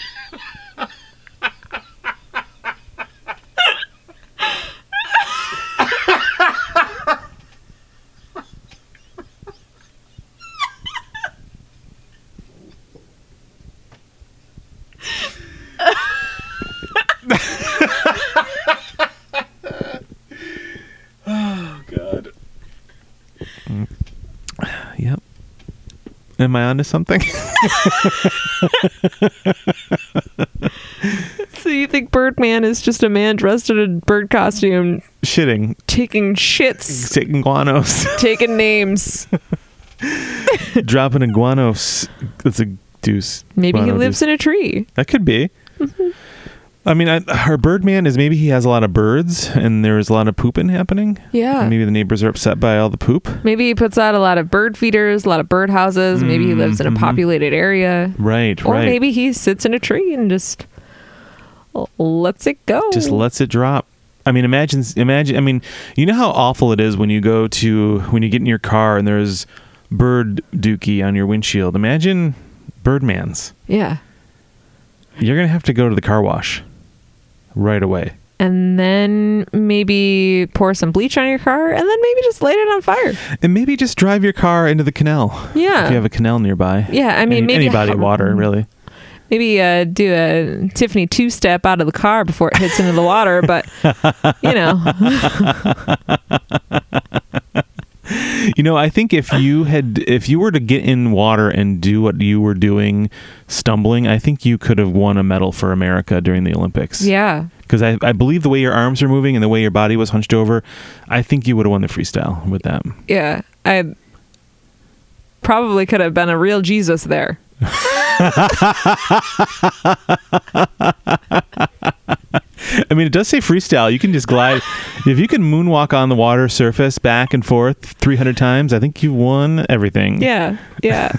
Speaker 2: Yep. Am I onto something?
Speaker 1: So you think Birdman is just a man dressed in a bird costume
Speaker 2: shitting,
Speaker 1: taking shits,
Speaker 2: taking guanos.
Speaker 1: taking names?
Speaker 2: dropping a guano. s- That's a deuce.
Speaker 1: Maybe he
Speaker 2: Guano
Speaker 1: lives Mm-hmm. in
Speaker 2: deuce.
Speaker 1: a tree.
Speaker 2: That could be. I mean, I, her Birdman is maybe he has a lot of birds, and there is a lot of pooping happening.
Speaker 1: Yeah.
Speaker 2: And maybe the neighbors are upset by all the poop.
Speaker 1: Maybe he puts out a lot of bird feeders, a lot of bird houses. Maybe he lives in a
Speaker 2: Mm-hmm.
Speaker 1: populated area.
Speaker 2: Right.
Speaker 1: Or
Speaker 2: right.
Speaker 1: maybe he sits in a tree and just l- lets it go.
Speaker 2: just lets it drop. I mean, imagine, imagine. I mean, you know how awful it is when you go to when you get in your car and there's bird dookie on your windshield. Imagine Birdman's.
Speaker 1: Yeah.
Speaker 2: You're gonna have to go to the car wash right away.
Speaker 1: And then maybe pour some bleach on your car and then maybe just light it on fire.
Speaker 2: And maybe just drive your car into the canal.
Speaker 1: Yeah.
Speaker 2: If you have a canal nearby.
Speaker 1: Yeah, I mean,
Speaker 2: Any-
Speaker 1: maybe
Speaker 2: any body of
Speaker 1: ho-
Speaker 2: water, really.
Speaker 1: Maybe uh, do a Tiffany two step out of the car before it hits into the water, but you know,
Speaker 2: You know, I think if you had, if you were to get in water and do what you were doing, stumbling, I think you could have won a medal for America during the Olympics.
Speaker 1: yeah.
Speaker 2: Because I, I believe the way your arms were moving and the way your body was hunched over, I think you would have won the freestyle with that.
Speaker 1: Yeah. I probably could have been a real Jesus there.
Speaker 2: I mean, it does say freestyle. You can just glide. if you can moonwalk on the water surface back and forth 300 times, I think you've won everything.
Speaker 1: Yeah, yeah.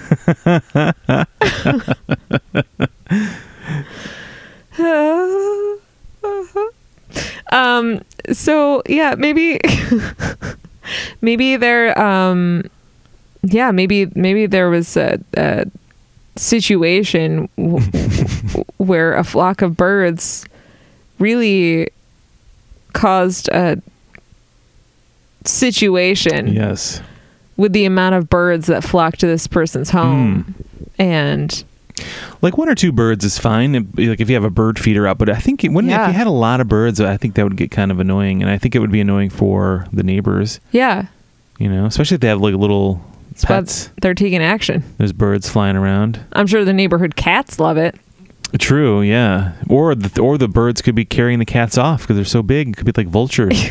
Speaker 1: um. So yeah, maybe, maybe there. Um. Yeah, maybe maybe there was a. a situation w- where a flock of birds really caused a situation
Speaker 2: Yes.
Speaker 1: with the amount of birds that flocked to this person's
Speaker 2: Hmm.
Speaker 1: home and
Speaker 2: Like one or two birds is fine. if- Like if you have a bird feeder out, but I think it, when
Speaker 1: Yeah.
Speaker 2: if you had a lot of birds, I think that would get kind of annoying, and I think it would be annoying for the neighbors.
Speaker 1: yeah
Speaker 2: You know, especially if they have like little
Speaker 1: it's about-
Speaker 2: pets.
Speaker 1: they're taking action
Speaker 2: There's birds flying around.
Speaker 1: i'm sure the neighborhood cats love it
Speaker 2: True, yeah. Or the or the birds could be carrying the cats off because they're so big. Could be like vultures.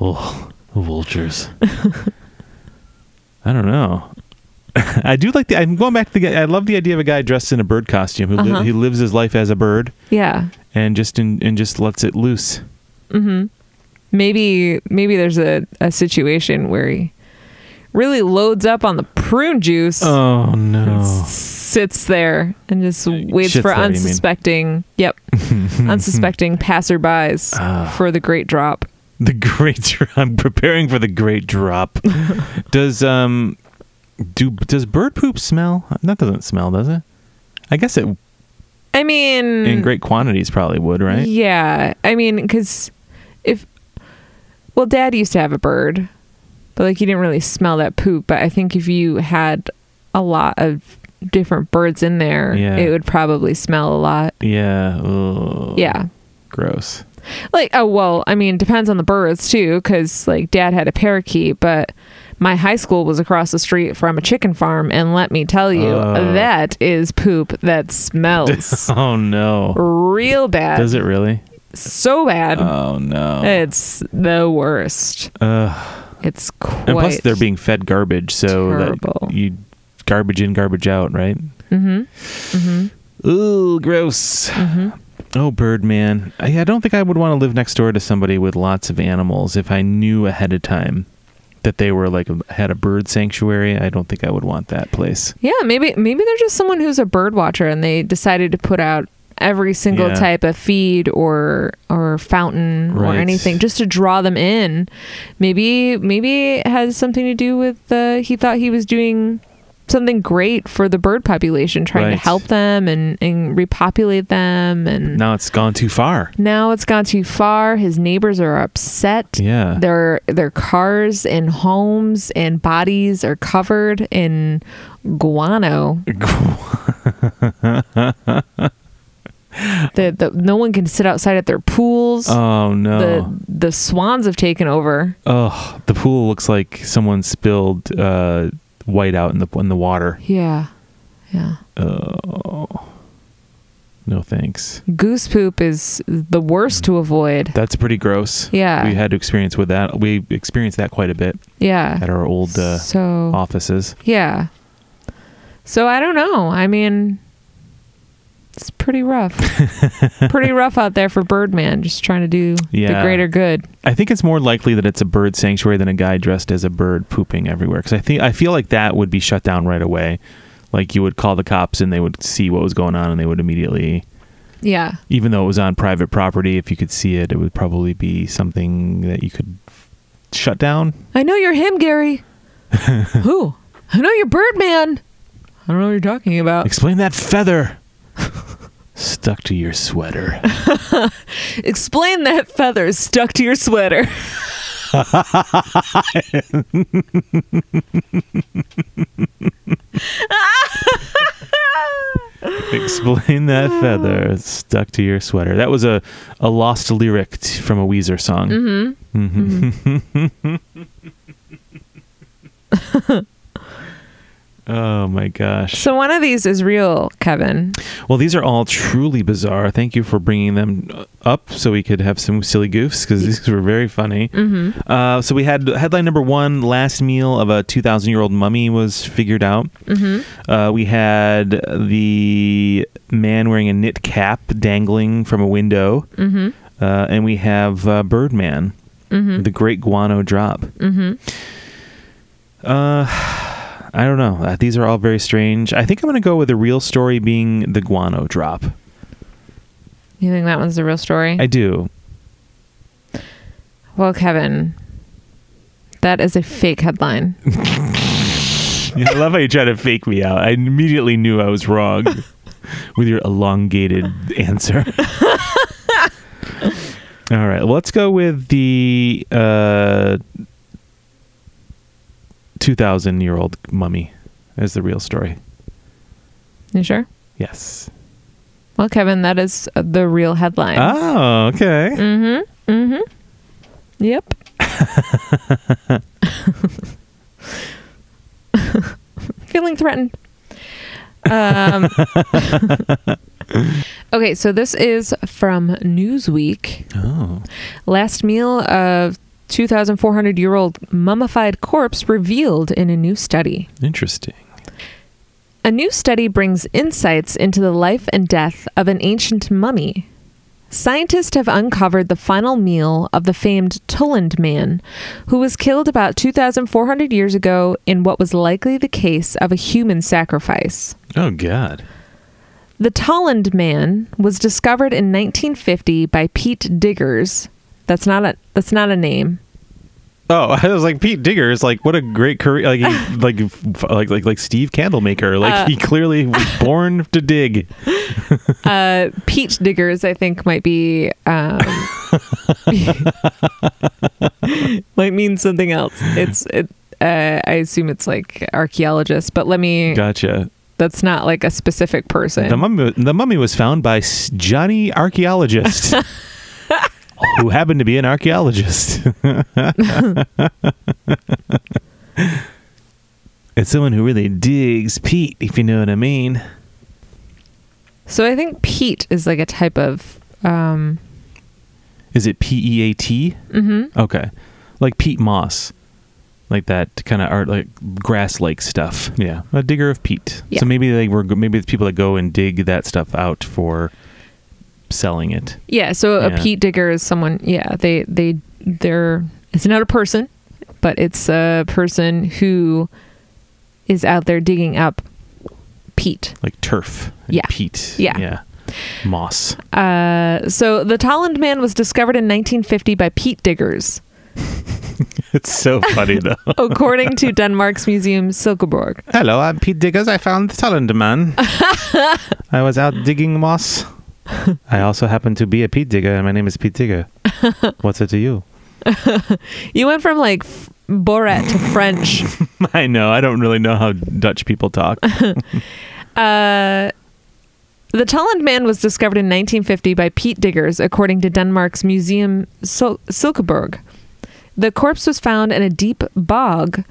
Speaker 2: oh, vultures. I don't know. I do like the. I'm going back to the. guy- I love the idea of a guy dressed in a bird costume who li-
Speaker 1: Uh-huh.
Speaker 2: he lives his life as a bird
Speaker 1: yeah
Speaker 2: and just in, and just lets it loose.
Speaker 1: maybe maybe there's a, a situation where he really loads up on the prune juice
Speaker 2: Oh
Speaker 1: and
Speaker 2: no!
Speaker 1: sits there and just waits
Speaker 2: shits
Speaker 1: for
Speaker 2: there, you mean.
Speaker 1: unsuspecting yep unsuspecting passerbys
Speaker 2: Ah.
Speaker 1: for the great drop
Speaker 2: The great. dr- I'm preparing for the great drop. does um, do does bird poop smell? That doesn't smell, does it? I guess it
Speaker 1: i mean
Speaker 2: in great quantities probably would right
Speaker 1: Yeah, I mean, because if well, Dad used to have a bird, but like he didn't really smell that poop. But I think if you had a lot of different birds in there,
Speaker 2: Yeah.
Speaker 1: it would probably smell a lot.
Speaker 2: yeah ugh,
Speaker 1: Yeah,
Speaker 2: gross
Speaker 1: like oh well, I mean, depends on the birds too, because like Dad had a parakeet, but my high school was across the street from a chicken farm, and let me tell you,
Speaker 2: Oh.
Speaker 1: that is poop that smells
Speaker 2: oh no
Speaker 1: real bad,
Speaker 2: does it really
Speaker 1: so bad.
Speaker 2: oh
Speaker 1: Eh,
Speaker 2: no
Speaker 1: It's the worst.
Speaker 2: Ugh.
Speaker 1: It's quite.
Speaker 2: and plus they're being fed garbage so
Speaker 1: terrible.
Speaker 2: that you garbage in garbage out right
Speaker 1: hmm hmm
Speaker 2: ooh gross
Speaker 1: hmm
Speaker 2: oh birdman I, I don't think i would want to live next door to somebody with lots of animals if i knew ahead of time that they were like had a bird sanctuary i don't think i would want that place
Speaker 1: Yeah, maybe maybe they're just someone who's a bird watcher and they decided to put out every single
Speaker 2: Yeah.
Speaker 1: type of feed or or fountain
Speaker 2: Right.
Speaker 1: or anything just to draw them in. Maybe maybe it has something to do with the he thought he was doing something great for the bird population, trying to
Speaker 2: Right.
Speaker 1: help them and, and repopulate them and
Speaker 2: now it's gone too far
Speaker 1: now it's gone too far. His neighbors are upset.
Speaker 2: yeah
Speaker 1: their their cars and homes and bodies are covered in guano that the, no one can sit outside at their pools
Speaker 2: oh no
Speaker 1: the the swans have taken over
Speaker 2: Oh, the pool looks like someone spilled uh, white out in the in the water.
Speaker 1: yeah yeah
Speaker 2: No thanks.
Speaker 1: goose poop is the worst to avoid
Speaker 2: That's pretty gross.
Speaker 1: Yeah.
Speaker 2: we had to experience with that. We experienced that quite a bit at
Speaker 1: yeah
Speaker 2: our old uh,
Speaker 1: so
Speaker 2: offices.
Speaker 1: yeah so i don't know i mean it's pretty rough pretty rough out there for birdman just trying to do
Speaker 2: Yeah.
Speaker 1: the greater good
Speaker 2: I think it's more likely that it's a bird sanctuary than a guy dressed as a bird pooping everywhere. Because I think I feel like that would be shut down right away. Like you would call the cops and they would see what was going on and they would immediately.
Speaker 1: yeah
Speaker 2: Even though it was on private property, if you could see it, it would probably be something that you could shut down.
Speaker 1: I know you're him, Gary. Who? I know you're Birdman. I don't know what you're talking about.
Speaker 2: Explain that feather stuck to your sweater.
Speaker 1: Explain that feather is stuck to your sweater.
Speaker 2: Explain that feather stuck to your sweater. That was a, a lost lyric t- from a Weezer song. Mm-hmm. Mm-hmm. Oh my gosh.
Speaker 1: So one of these is real, Kevin.
Speaker 2: Well, these are all truly bizarre. Thank you for bringing them uh, up so we could have some silly goofs because these were very funny. Mm-hmm. Uh, so we had headline number one: last meal of a two thousand year old mummy was figured out. Mm-hmm. Uh, we had the man wearing a knit cap dangling from a window, mm-hmm. uh, and we have uh, Birdman,
Speaker 1: mm-hmm,
Speaker 2: the Great Guano Drop. I don't know. Uh, These are all very strange. I think I'm going to go with the real story being the guano drop.
Speaker 1: You think that one's the real story?
Speaker 2: I do.
Speaker 1: well, Kevin, that is a fake headline.
Speaker 2: I love how you try to fake me out. I immediately knew I was wrong with your elongated answer. all right, well, let's go with the uh, 2,000 year old mummy as the real story.
Speaker 1: you sure?
Speaker 2: Yes.
Speaker 1: Well, Kevin, that is the real headline.
Speaker 2: Oh, okay.
Speaker 1: Mm. Yep. Feeling threatened. Um, okay, so this is from Newsweek.
Speaker 2: Oh.
Speaker 1: Last meal of 2,400 year old mummified corpse revealed in a new study.
Speaker 2: Interesting.
Speaker 1: A new study brings insights into the life and death of an ancient mummy. Scientists have uncovered the final meal of the famed Tulland Man, who was killed about 2,400 years ago in what was likely the case of a human sacrifice.
Speaker 2: Oh God.
Speaker 1: The Tolland Man was discovered in 1950 by Pete Diggers. That's not a that's not a name.
Speaker 2: Oh, I was like Pete Digger is like what a great career, like he, like f- like like like Steve Candlemaker. Like he clearly was born to dig.
Speaker 1: Uh, Pete Diggers, I think, might be um, might mean something else. It's it, uh, I assume it's like archaeologist, but let me.
Speaker 2: Gotcha.
Speaker 1: That's not like a specific person.
Speaker 2: The mummy, the mummy was found by S- Johnny archaeologist, who happened to be an archaeologist. it's someone who really digs Pete, if you know what I mean.
Speaker 1: so I think Pete is like a type of um,
Speaker 2: Is it P E A T? Mm-hmm. Okay, like peat moss, like that kind of art, like grass like stuff. Yeah, a digger of peat.
Speaker 1: Yeah.
Speaker 2: So maybe they were maybe the people that go and dig that stuff out for selling it.
Speaker 1: Yeah, so
Speaker 2: Yeah.
Speaker 1: a peat digger is someone. Yeah, they they they're it's not a person, but it's a person who is out there digging up peat.
Speaker 2: like turf, and
Speaker 1: Yeah.
Speaker 2: peat,
Speaker 1: Yeah.
Speaker 2: yeah, moss.
Speaker 1: Uh, so the Tolland Man was discovered in 1950 by peat diggers,
Speaker 2: It's so funny though.
Speaker 1: according to Denmark's museum Silkeborg.
Speaker 2: Hello, I'm Pete Diggers. I found the Talland man. I was out digging moss. I also happen to be a peat digger, and my name is Pete Digger. What's it to you?
Speaker 1: You went from like f- Borat to French.
Speaker 2: I know. I don't really know how Dutch people talk.
Speaker 1: Uh, the Tolland Man was discovered in 1950 by peat diggers, according to Denmark's Museum Sil- Silkeborg. The corpse was found in a deep bog,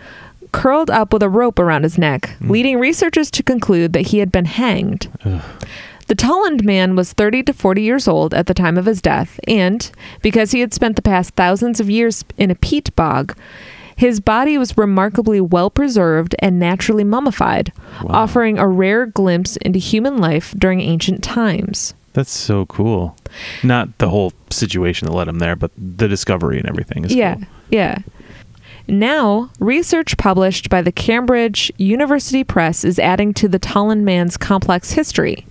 Speaker 1: curled up with a rope around his neck, leading researchers to conclude that he had been hanged. The Tolland Man was 30 to 40 years old at the time of his death, and because he had spent the past thousands of years in a peat bog, his body was remarkably well preserved and naturally mummified, offering a rare glimpse into human life during ancient times.
Speaker 2: That's so cool. Not the whole situation that led him there, but the discovery and everything. Is
Speaker 1: yeah,
Speaker 2: cool.
Speaker 1: yeah. Now, research published by the Cambridge University Press is adding to the Tolland Man's complex history.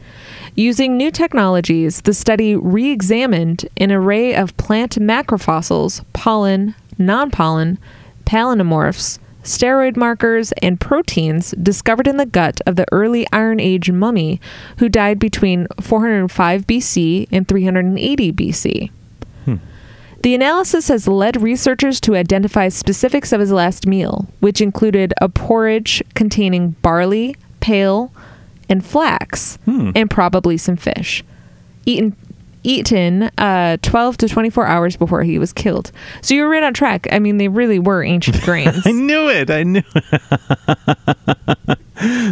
Speaker 1: Using new technologies, the study re examined an array of plant macrofossils, pollen, non pollen, palynomorphs, steroid markers, and proteins discovered in the gut of the early Iron Age mummy who died between 405 BC and 380 BC. The analysis has led researchers to identify specifics of his last meal, which included a porridge containing barley, pale, and flax, and probably some fish. Eaten eaten uh, 12 to 24 hours before he was killed. So you were right on track. I mean, they really were ancient grains.
Speaker 2: I knew it. I knew.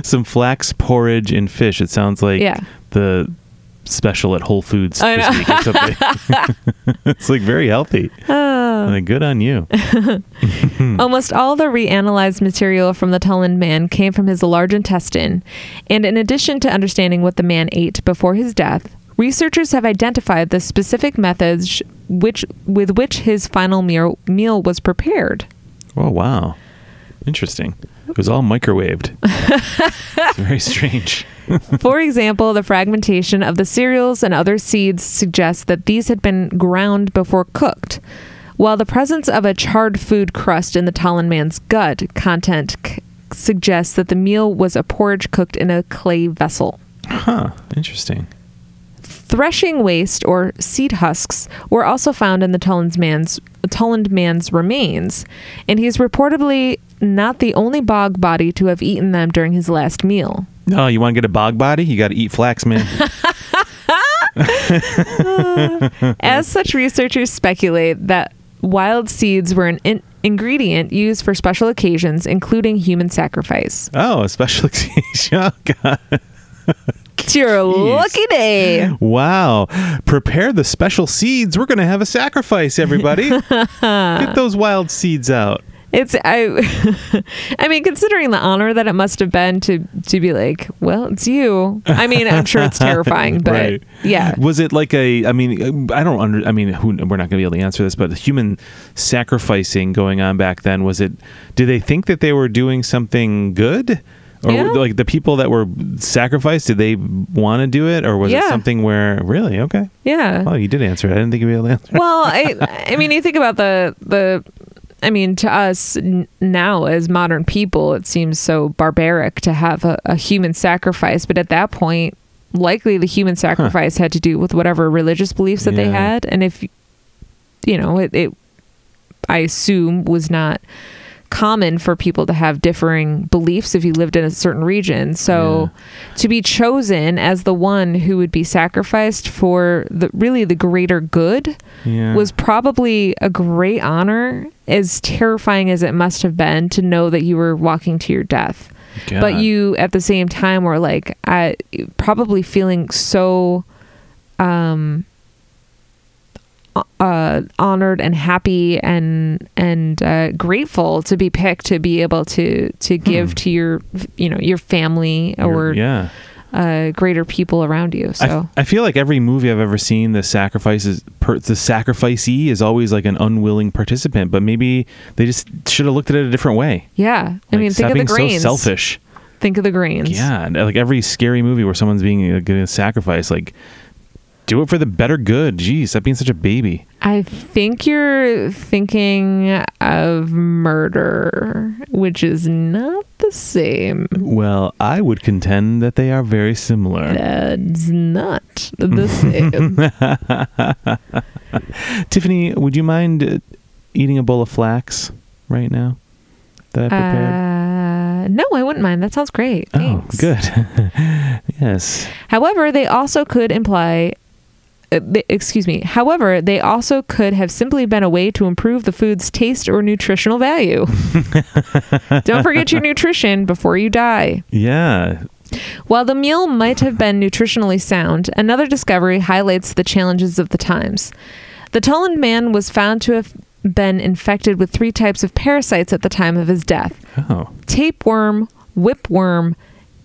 Speaker 2: some flax porridge and fish. It sounds like
Speaker 1: Yeah.
Speaker 2: the special at Whole Foods
Speaker 1: I
Speaker 2: this
Speaker 1: know.
Speaker 2: week or something. it's like very healthy.
Speaker 1: Oh.
Speaker 2: Like, good on you.
Speaker 1: Almost all the reanalyzed material from the Tulland man came from his large intestine, and in addition to understanding what the man ate before his death, researchers have identified the specific methods which with which his final meal, meal was prepared.
Speaker 2: Oh wow, interesting. It was all microwaved. it's very strange.
Speaker 1: For example, the fragmentation of the cereals and other seeds suggests that these had been ground before cooked. While the presence of a charred food crust in the Talon man's gut content c- suggests that the meal was a porridge cooked in a clay vessel.
Speaker 2: Huh? Interesting.
Speaker 1: Threshing waste or seed husks were also found in the Tulland man's, Tulland man's remains, and he is reportedly not the only bog body to have eaten them during his last meal.
Speaker 2: Oh, you want to get a bog body? You got to eat flax, man.
Speaker 1: As such, researchers speculate that wild seeds were an in- ingredient used for special occasions, including human sacrifice.
Speaker 2: oh, a special occasion. Oh, God.
Speaker 1: It's your lucky day.
Speaker 2: Wow. Prepare the special seeds. We're going to have a sacrifice, everybody. Get those wild seeds out.
Speaker 1: It's I. I mean, considering the honor that it must have been to to be like, well, it's you. I mean, I'm sure it's terrifying, but
Speaker 2: Right.
Speaker 1: yeah.
Speaker 2: Was it like a? I mean, I don't under. I mean, who, we're not going to be able to answer this, but the human sacrificing going on back then was it? Did they think that they were doing something good, or
Speaker 1: Yeah.
Speaker 2: were, like the people that were sacrificed? Did they want to do it, or was it
Speaker 1: Yeah.
Speaker 2: something where really okay?
Speaker 1: Yeah.
Speaker 2: Oh, you did answer it. I didn't think you'd be able to answer.
Speaker 1: well, I I mean, you think about the the I mean, to us n- now as modern people, it seems so barbaric to have a, a human sacrifice, but at that point, likely the human sacrifice had to do with whatever religious beliefs that they
Speaker 2: Yeah.
Speaker 1: had, and if you know, it, it I assume was not common for people to have differing beliefs if you lived in a certain region. So to be chosen as the one who would be sacrificed for the really the greater good
Speaker 2: Yeah.
Speaker 1: was probably a great honor, as terrifying as it must have been to know that you were walking to your death. But
Speaker 2: God.
Speaker 1: you, at the same time, were like, I probably feeling so, um, uh, honored and happy and and uh, grateful to be picked to be able to to give to your you know your family or
Speaker 2: Hmm. yeah.
Speaker 1: uh, greater people around you.
Speaker 2: I,
Speaker 1: So
Speaker 2: I feel like every movie I've ever seen, the sacrifices, per, the sacrificee is always like an unwilling participant. But maybe they just should have looked at it a different way.
Speaker 1: yeah, I
Speaker 2: Like,
Speaker 1: mean,
Speaker 2: stop
Speaker 1: think of the
Speaker 2: being
Speaker 1: grains.
Speaker 2: So selfish.
Speaker 1: Think of the grains.
Speaker 2: Yeah, and, like every scary movie where someone's being uh, getting a sacrifice, like do it for the better good. Jeez, stop being such a baby.
Speaker 1: I think you're thinking of murder, which is not the same.
Speaker 2: Well, I would contend that they are very similar.
Speaker 1: That's not the same.
Speaker 2: Tiffany, would you mind uh, eating a bowl of flax right now that I prepared?
Speaker 1: uh, no, I wouldn't mind. That sounds great.
Speaker 2: oh,
Speaker 1: Thanks.
Speaker 2: good. yes.
Speaker 1: However, they also could imply. Uh, they, excuse me. However, they also could have simply been a way to improve the food's taste or nutritional value. Don't forget your nutrition before you die.
Speaker 2: Yeah.
Speaker 1: While the meal might have been nutritionally sound, another discovery highlights the challenges of the times. The Tulland man was found to have been infected with three types of parasites at the time of his death
Speaker 2: Oh,
Speaker 1: tapeworm, whipworm,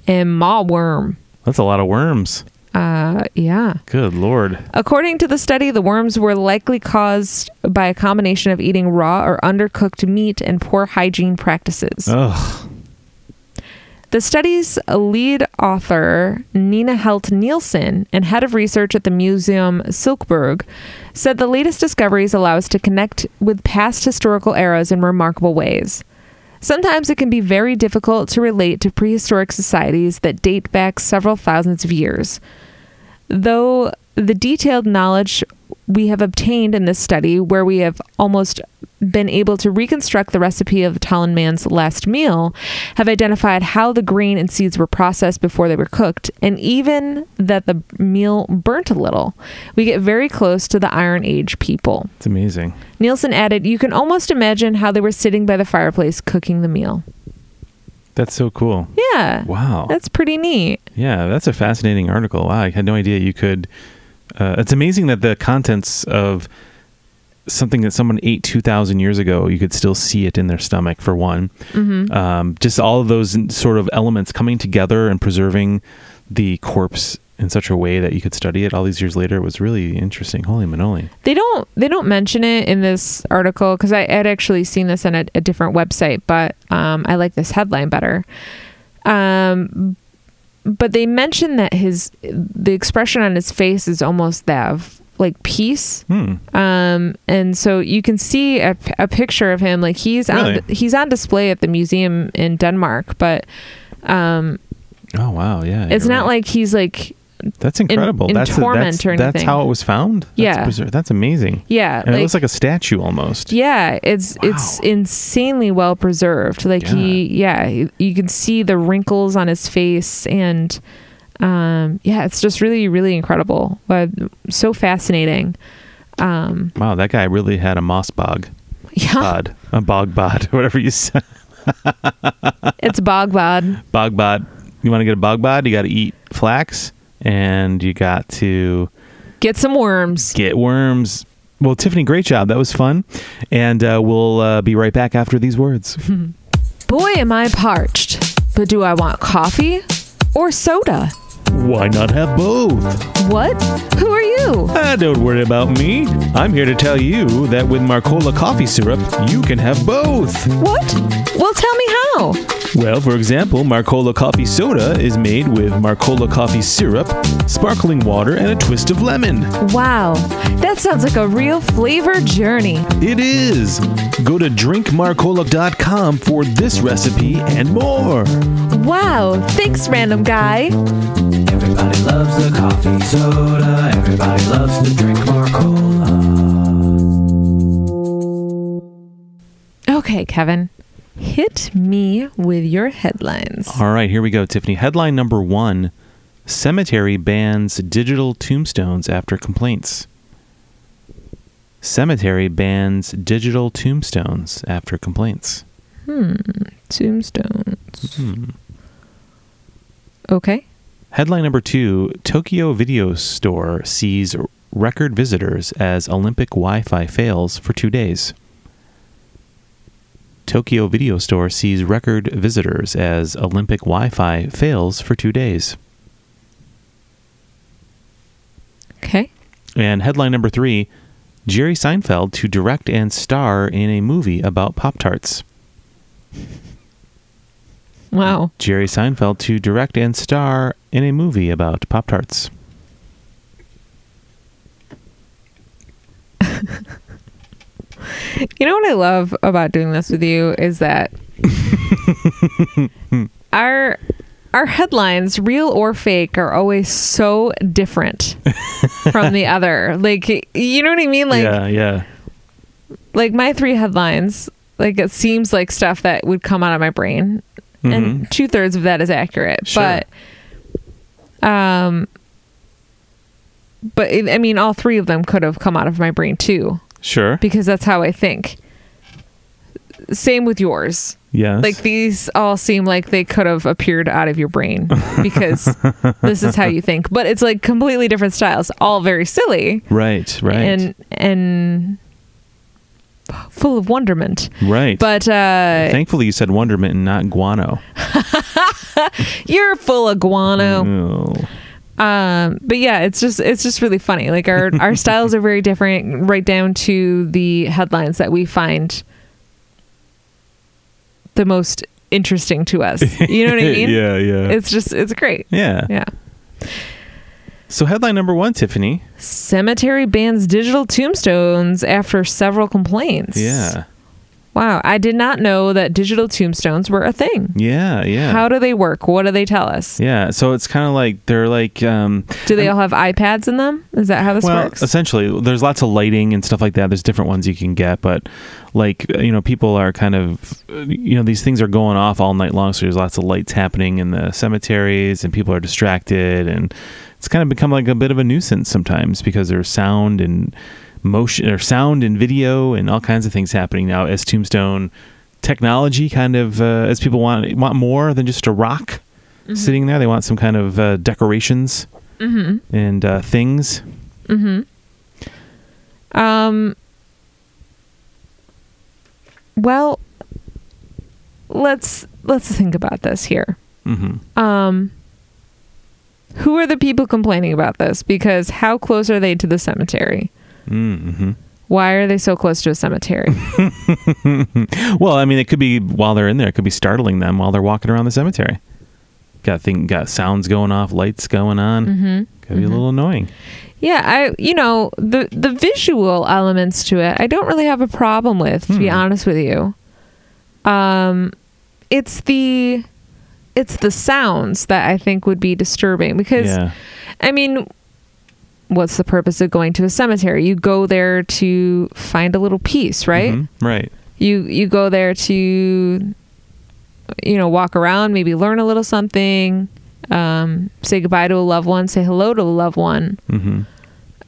Speaker 1: and mawworm.
Speaker 2: that's a lot of worms.
Speaker 1: Uh, yeah.
Speaker 2: Good lord.
Speaker 1: According to the study, the worms were likely caused by a combination of eating raw or undercooked meat and poor hygiene practices.
Speaker 2: Ugh.
Speaker 1: The study's lead author, Nina Helt Nielsen, and head of research at the Museum Silkberg, said the latest discoveries allow us to connect with past historical eras in remarkable ways. Sometimes it can be very difficult to relate to prehistoric societies that date back several thousands of years. Though the detailed knowledge we have obtained in this study, where we have almost been able to reconstruct the recipe of Talon Man's last meal, have identified how the grain and seeds were processed before they were cooked, and even that the meal burnt a little. We get very close to the Iron Age people.
Speaker 2: It's amazing.
Speaker 1: Nielsen added, You can almost imagine how they were sitting by the fireplace cooking the meal.
Speaker 2: That's so cool.
Speaker 1: Yeah.
Speaker 2: Wow.
Speaker 1: That's pretty neat.
Speaker 2: Yeah, that's a fascinating article. Wow, I had no idea you could. Uh, it's amazing that the contents of something that someone ate 2,000 years ago, you could still see it in their stomach, for one. Um, just all of those n- sort of elements coming together and preserving the corpse in such a way that you could study it all these years later was really interesting. Holy manoli.
Speaker 1: They don't they don't mention it in this article because I had actually seen this on a, a different website, but um, I like this headline better. Um, but they mention that his the expression on his face is almost that of like peace.
Speaker 2: Hmm.
Speaker 1: Um, and so you can see a, a picture of him. Like he's
Speaker 2: Really?
Speaker 1: on he's on display at the museum in Denmark, but um,
Speaker 2: Oh, wow. Yeah.
Speaker 1: it's
Speaker 2: you're
Speaker 1: not
Speaker 2: right.
Speaker 1: like he's like
Speaker 2: That's incredible.
Speaker 1: in
Speaker 2: that's,
Speaker 1: torment
Speaker 2: that's,
Speaker 1: or
Speaker 2: that's
Speaker 1: anything.
Speaker 2: how it was found. That's
Speaker 1: Yeah.
Speaker 2: preser- that's amazing.
Speaker 1: yeah.
Speaker 2: And it looks like a statue almost.
Speaker 1: Yeah, it's it's
Speaker 2: Wow.
Speaker 1: insanely well preserved. Like he, yeah, you you can see the wrinkles on his face, and um, yeah, it's just really, really incredible. But so fascinating. Um,
Speaker 2: Wow, that guy really had a moss bog.
Speaker 1: yeah,
Speaker 2: bod, a bog bod, whatever you said.
Speaker 1: it's bog bod.
Speaker 2: Bog bod. You want to get a bog bod? You got to eat flax, and you got to
Speaker 1: Get some worms.
Speaker 2: get worms. Well, Tiffany, great job. That was fun, and uh, we'll uh, be right back after these words.
Speaker 1: Boy, am I parched. But do I want coffee or soda?
Speaker 2: Why not have both?
Speaker 1: What? Who are you?
Speaker 2: Ah, don't worry about me. I'm here to tell you that with Marcola coffee syrup, you can have both.
Speaker 1: What? Well, tell me how.
Speaker 2: Well, for example, Marcola coffee soda is made with Marcola coffee syrup, sparkling water, and a twist of lemon.
Speaker 1: Wow, that sounds like a real flavor journey.
Speaker 2: It is. Go to drinkmarcola.com for this recipe and more.
Speaker 1: Wow, thanks, random guy.
Speaker 3: Everybody loves the coffee soda. Everybody loves to drink more cola.
Speaker 1: Okay, Kevin, hit me with your headlines.
Speaker 2: All right, here we go, Tiffany. Headline number one Cemetery bans digital tombstones after complaints. Cemetery bans digital tombstones after complaints.
Speaker 1: Tombstones. Okay.
Speaker 2: Headline number two Tokyo video store sees record visitors as Olympic Wi Fi fails for two days. Tokyo video store sees record visitors as Olympic Wi Fi fails for two days.
Speaker 1: Okay.
Speaker 2: And headline number three Jerry Seinfeld to direct and star in a movie about Pop Tarts.
Speaker 1: Wow.
Speaker 2: Jerry Seinfeld to direct and star in a movie about Pop Tarts.
Speaker 1: You know what I love about doing this with you is that our our headlines, real or fake, are always so different from the other. Like you know what I mean? Like
Speaker 2: yeah, yeah.
Speaker 1: like my three headlines like it seems like stuff that would come out of my brain
Speaker 2: Mm-hmm.
Speaker 1: and two-thirds of that is accurate
Speaker 2: Sure.
Speaker 1: but um but it, i mean all three of them could have come out of my brain too
Speaker 2: Sure.
Speaker 1: because that's how i think same with yours
Speaker 2: yes.
Speaker 1: like these all seem like they could have appeared out of your brain because this is how you think but it's like completely different styles all very silly
Speaker 2: right, right.
Speaker 1: and and full of wonderment
Speaker 2: Right.
Speaker 1: but uh
Speaker 2: thankfully you said wonderment and not guano.
Speaker 1: you're full of guano
Speaker 2: Oh.
Speaker 1: um but yeah it's just it's just really funny like our our styles are very different right down to the headlines that we find the most interesting to us you know what i mean
Speaker 2: yeah, yeah.
Speaker 1: it's just it's great
Speaker 2: yeah.
Speaker 1: yeah
Speaker 2: So headline number 1, Tiffany.
Speaker 1: cemetery bans digital tombstones after several complaints
Speaker 2: Yeah.
Speaker 1: wow i did not know that digital tombstones were a thing
Speaker 2: Yeah, yeah.
Speaker 1: How do they work? What do they tell us?
Speaker 2: yeah, so it's kind of like they're like um
Speaker 1: Do they all have iPads in them? Is that how this
Speaker 2: well,
Speaker 1: works?
Speaker 2: essentially there's lots of lighting and stuff like that. There's different ones you can get, but like you know people are kind of you know these things are going off all night long, so there's lots of lights happening in the cemeteries and people are distracted and it's kind of become like a bit of a nuisance sometimes because there's sound and motion or sound and video and all kinds of things happening now as tombstone technology kind of uh, as people want want more than just a rock
Speaker 1: Mm-hmm.
Speaker 2: sitting there. They want some kind of uh, decorations
Speaker 1: Mm-hmm.
Speaker 2: and uh, things.
Speaker 1: Um, well, let's let's think about this here.
Speaker 2: hmm
Speaker 1: Um, who are the people complaining about this? Because how close are they to the cemetery?
Speaker 2: Mm-hmm.
Speaker 1: Why are they so close to a cemetery?
Speaker 2: Well, I mean, it could be while they're in there, it could be startling them while they're walking around the cemetery. Got thing, got sounds going off, lights going on. Mm-hmm. Could be a little annoying.
Speaker 1: yeah, I you know the the visual elements to it, I don't really have a problem with. To be
Speaker 2: Hmm.
Speaker 1: honest with you, um, it's the it's the sounds that I think would be disturbing because
Speaker 2: Yeah,
Speaker 1: I mean, what's the purpose of going to a cemetery? You go there to find a little peace, right?
Speaker 2: Mhm. right.
Speaker 1: You you go there to you know, walk around, maybe learn a little something, um, say goodbye to a loved one, say hello to a loved one.
Speaker 2: hmm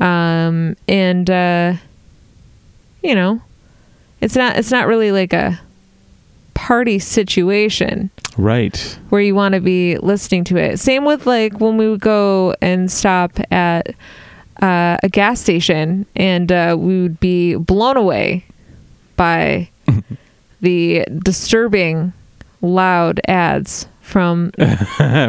Speaker 1: Um, and uh you know, it's not it's not really like a party situation
Speaker 2: Right.
Speaker 1: where you want to be listening to it. Same with like when we would go and stop at uh, a gas station and uh, we would be blown away by the disturbing loud ads from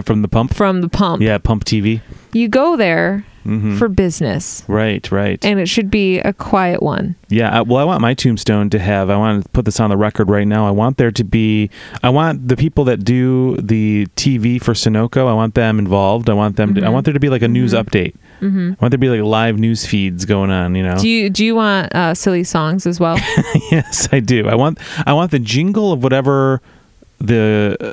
Speaker 2: From the pump.
Speaker 1: from the pump.
Speaker 2: Yeah, pump TV.
Speaker 1: You go there
Speaker 2: Mhm.
Speaker 1: for business
Speaker 2: Right, right.
Speaker 1: and it should be a quiet one.
Speaker 2: Yeah, I, well, I want my tombstone to have. I want to put this on the record right now. I want there to be. I want the people that do the TV for Sunoco. I want them involved. I want them. To, I want there to be like a news update. Mm-hmm. I want there to be like live news feeds going on. You know.
Speaker 1: Do you do you want uh, silly songs as well?
Speaker 2: yes, I do. I want. I want the jingle of whatever the uh,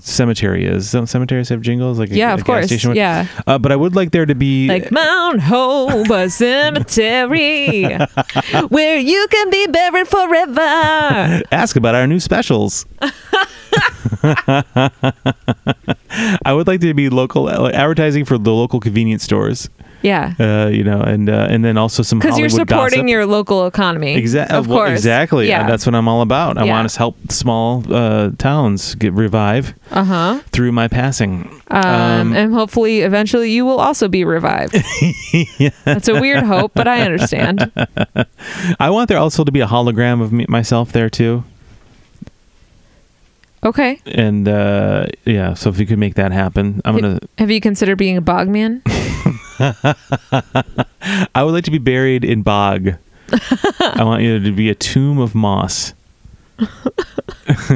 Speaker 2: cemetery is. Don't cemeteries have jingles? Like a,
Speaker 1: yeah,
Speaker 2: a
Speaker 1: of
Speaker 2: gas
Speaker 1: course.
Speaker 2: station one?
Speaker 1: Yeah.
Speaker 2: Uh, but I would like there to be
Speaker 1: like Mount Hope Cemetery, where you can be buried forever.
Speaker 2: ask about our new specials. I would like to be local uh, like advertising for the local convenience stores,
Speaker 1: Yeah,
Speaker 2: uh, you know, and uh, and then also some
Speaker 1: because
Speaker 2: Hollywood
Speaker 1: you're supporting
Speaker 2: gossip.
Speaker 1: your local economy.
Speaker 2: Exa- uh,
Speaker 1: of
Speaker 2: well,
Speaker 1: course.
Speaker 2: exactly.
Speaker 1: Yeah.
Speaker 2: That's what I'm all about. I
Speaker 1: Yeah.
Speaker 2: want to help small uh, towns get revive
Speaker 1: uh huh.
Speaker 2: through my passing.
Speaker 1: Um, and hopefully, eventually, you will also be revived. That's a weird hope, but I understand.
Speaker 2: I want there also to be a hologram of me, myself there too,
Speaker 1: Okay.
Speaker 2: and uh, yeah. So if you could make that happen, I'm gonna.
Speaker 1: Have you considered being a bog man?
Speaker 2: I would like to be buried in bog. I want you to be a tomb of moss.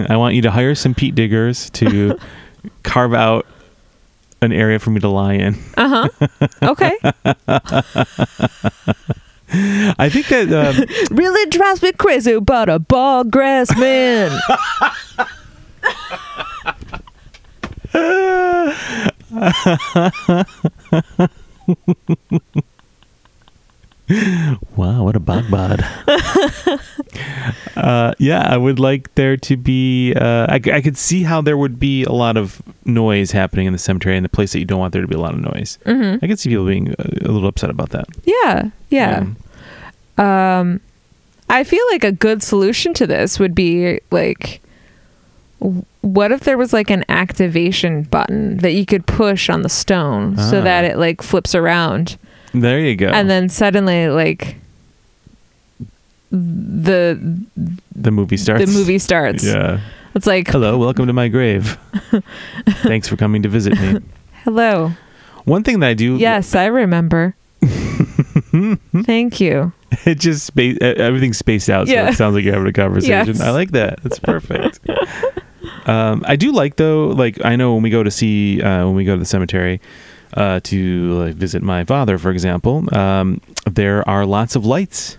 Speaker 2: I want you to hire some peat diggers to carve out an area for me to lie in.
Speaker 1: Uh huh. Okay.
Speaker 2: I think that um,
Speaker 1: really drives me crazy about a bog grass man.
Speaker 2: wow, what a bog bod. uh, yeah, I would like there to be. Uh, I, c- I could see how there would be a lot of noise happening in the cemetery and the place that you don't want there to be a lot of noise. I could see people being uh, a, a little upset about that.
Speaker 1: Yeah, Mm-hmm. yeah.
Speaker 2: Um,
Speaker 1: Um, I feel like a good solution to this would be like, w- what if there was like an activation button that you could push on the stone so
Speaker 2: Ah.
Speaker 1: that it like flips around,
Speaker 2: There you go.
Speaker 1: and then suddenly like the
Speaker 2: the movie starts.
Speaker 1: the movie starts.
Speaker 2: Yeah.
Speaker 1: It's like
Speaker 2: Hello, welcome to my grave. Thanks for coming to visit me.
Speaker 1: hello.
Speaker 2: One thing that I do,
Speaker 1: Yes, I remember. Thank you.
Speaker 2: it just space everything's spaced out, so
Speaker 1: Yeah.
Speaker 2: it sounds like you're having a conversation.
Speaker 1: Yes.
Speaker 2: I like that. That's perfect. um, I do like though, like I know when we go to see uh, when we go to the cemetery uh, to like, visit my father, for example, um, there are lots of lights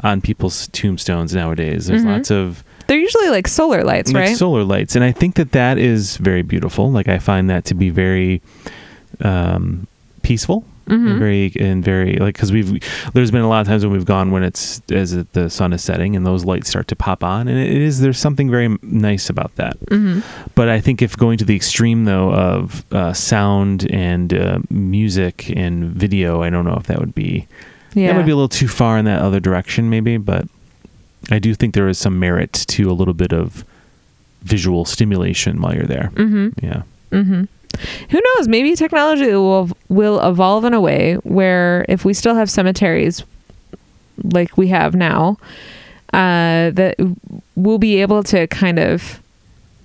Speaker 2: on people's tombstones nowadays. There's
Speaker 1: Mhm.
Speaker 2: lots of
Speaker 1: They're usually like solar lights,
Speaker 2: like
Speaker 1: right?
Speaker 2: solar lights and i think that that is very beautiful like i find that to be very um peaceful
Speaker 1: Mm-hmm.
Speaker 2: and very and very like because we've there's been a lot of times when we've gone when it's as it, the sun is setting and those lights start to pop on and it is there's something very nice about that
Speaker 1: hmm
Speaker 2: but i think if going to the extreme though of uh, sound and uh, music and video i don't know if that would be
Speaker 1: Yeah.
Speaker 2: that would be a little too far in that other direction maybe but I do think there is some merit to a little bit of visual stimulation while you're there.
Speaker 1: Mm.
Speaker 2: Mm-hmm. Yeah.
Speaker 1: Who knows? Maybe technology will will evolve in a way where if we still have cemeteries like we have now, uh, that we'll be able to kind of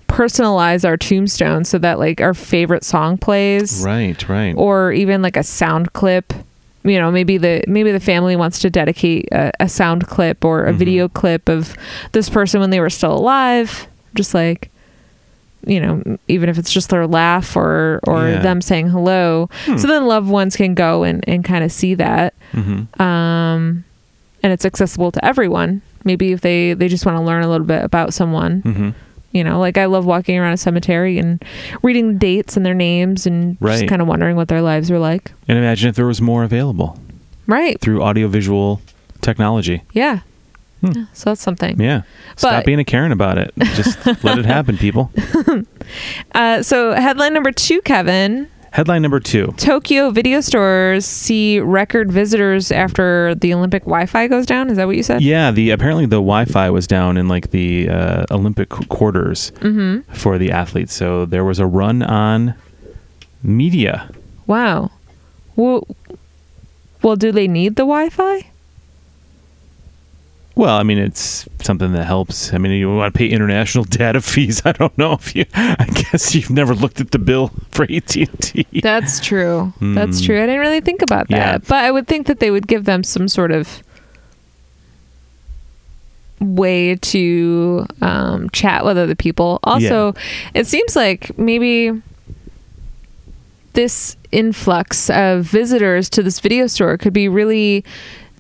Speaker 1: personalize our tombstone so that like our favorite song plays
Speaker 2: Right, right.
Speaker 1: or even like a sound clip you know maybe the maybe the family wants to dedicate a, a sound clip or
Speaker 2: Mm-hmm.
Speaker 1: a video clip of this person when they were still alive just like you know even if it's just their laugh or or
Speaker 2: Yeah. Hmm.
Speaker 1: them saying hello so then loved ones can go and and kind of see that
Speaker 2: Mm-hmm.
Speaker 1: um and it's accessible to everyone maybe if they they just want to learn a little bit about someone
Speaker 2: hmm
Speaker 1: you know like i love walking around a cemetery and reading the dates and their names and
Speaker 2: Right.
Speaker 1: just kind of wondering what their lives were like
Speaker 2: And imagine if there was more available
Speaker 1: right
Speaker 2: through audiovisual technology.
Speaker 1: yeah
Speaker 2: Hmm.
Speaker 1: Yeah, so that's something
Speaker 2: Yeah. Stop
Speaker 1: But-
Speaker 2: being a Karen about it. Just let it happen, people.
Speaker 1: uh, so headline number two kevin
Speaker 2: Headline number two.
Speaker 1: tokyo video stores see record visitors after the olympic wi-fi goes down is that what you said
Speaker 2: Yeah, the apparently the Wi-Fi was down in like the uh, Olympic quarters for the athletes, so there was a run on media.
Speaker 1: wow well, well do they need the wi-fi
Speaker 2: Well, I mean, it's something that helps. I mean, you want to pay international data fees. I don't know if you. I guess you've never looked at the bill for AT and T.
Speaker 1: that's true that's
Speaker 2: Mm.
Speaker 1: true i didn't really think about that
Speaker 2: Yeah.
Speaker 1: but i would think that they would give them some sort of way to um, chat with other people. Also, it seems like maybe this influx of visitors to this video store could be really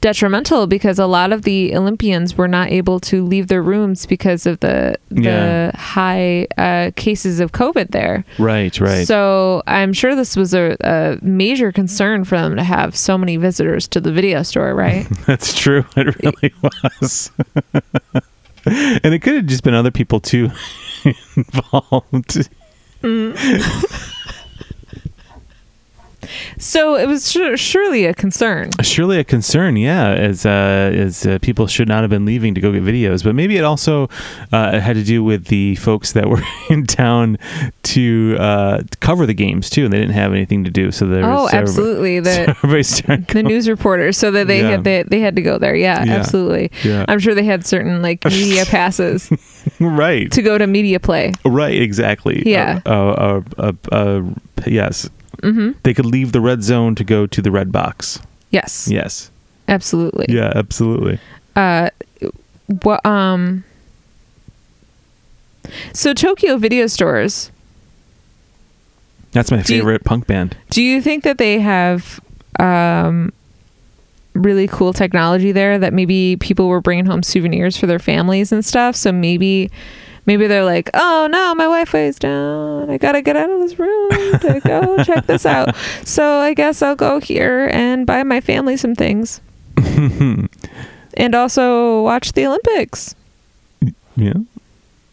Speaker 1: detrimental because a lot of the Olympians were not able to leave their rooms because of the the
Speaker 2: Yeah.
Speaker 1: high uh, cases of COVID there.
Speaker 2: Right, right.
Speaker 1: So I'm sure this was a, a major concern for them to have so many visitors to the video store, right?
Speaker 2: That's true. It really was. and it could have just been other people too involved.
Speaker 1: so it was su- surely a concern.
Speaker 2: Surely a concern, yeah, as uh, as uh, people should not have been leaving to go get videos, but maybe it also uh, had to do with the folks that were in town to uh, cover the games too, and they didn't have anything to do, so there
Speaker 1: Oh,
Speaker 2: was
Speaker 1: absolutely.
Speaker 2: so
Speaker 1: The
Speaker 2: everybody started
Speaker 1: the news reporters, so that they
Speaker 2: Yeah.
Speaker 1: had they, they had to go there. Yeah,
Speaker 2: Yeah.
Speaker 1: absolutely.
Speaker 2: Yeah.
Speaker 1: I'm sure they had certain like media passes
Speaker 2: right,
Speaker 1: to go to media play.
Speaker 2: right, exactly.
Speaker 1: Yeah.
Speaker 2: uh, uh, uh, uh, uh, yes,
Speaker 1: hmm
Speaker 2: they could leave the red zone to go to the red box.
Speaker 1: Yes,
Speaker 2: Yes.
Speaker 1: absolutely.
Speaker 2: Yeah, absolutely.
Speaker 1: Uh, what um. So Tokyo video stores.
Speaker 2: That's my
Speaker 1: Do you-
Speaker 2: favorite punk band.
Speaker 1: Do you think that they have um really cool technology there that maybe people were bringing home souvenirs for their families and stuff? So maybe maybe they're like, "Oh no, my Wi-Fi's down. I got to get out of this room to go check this out." So I guess I'll go here and buy my family some things. and also watch the Olympics
Speaker 2: Yeah.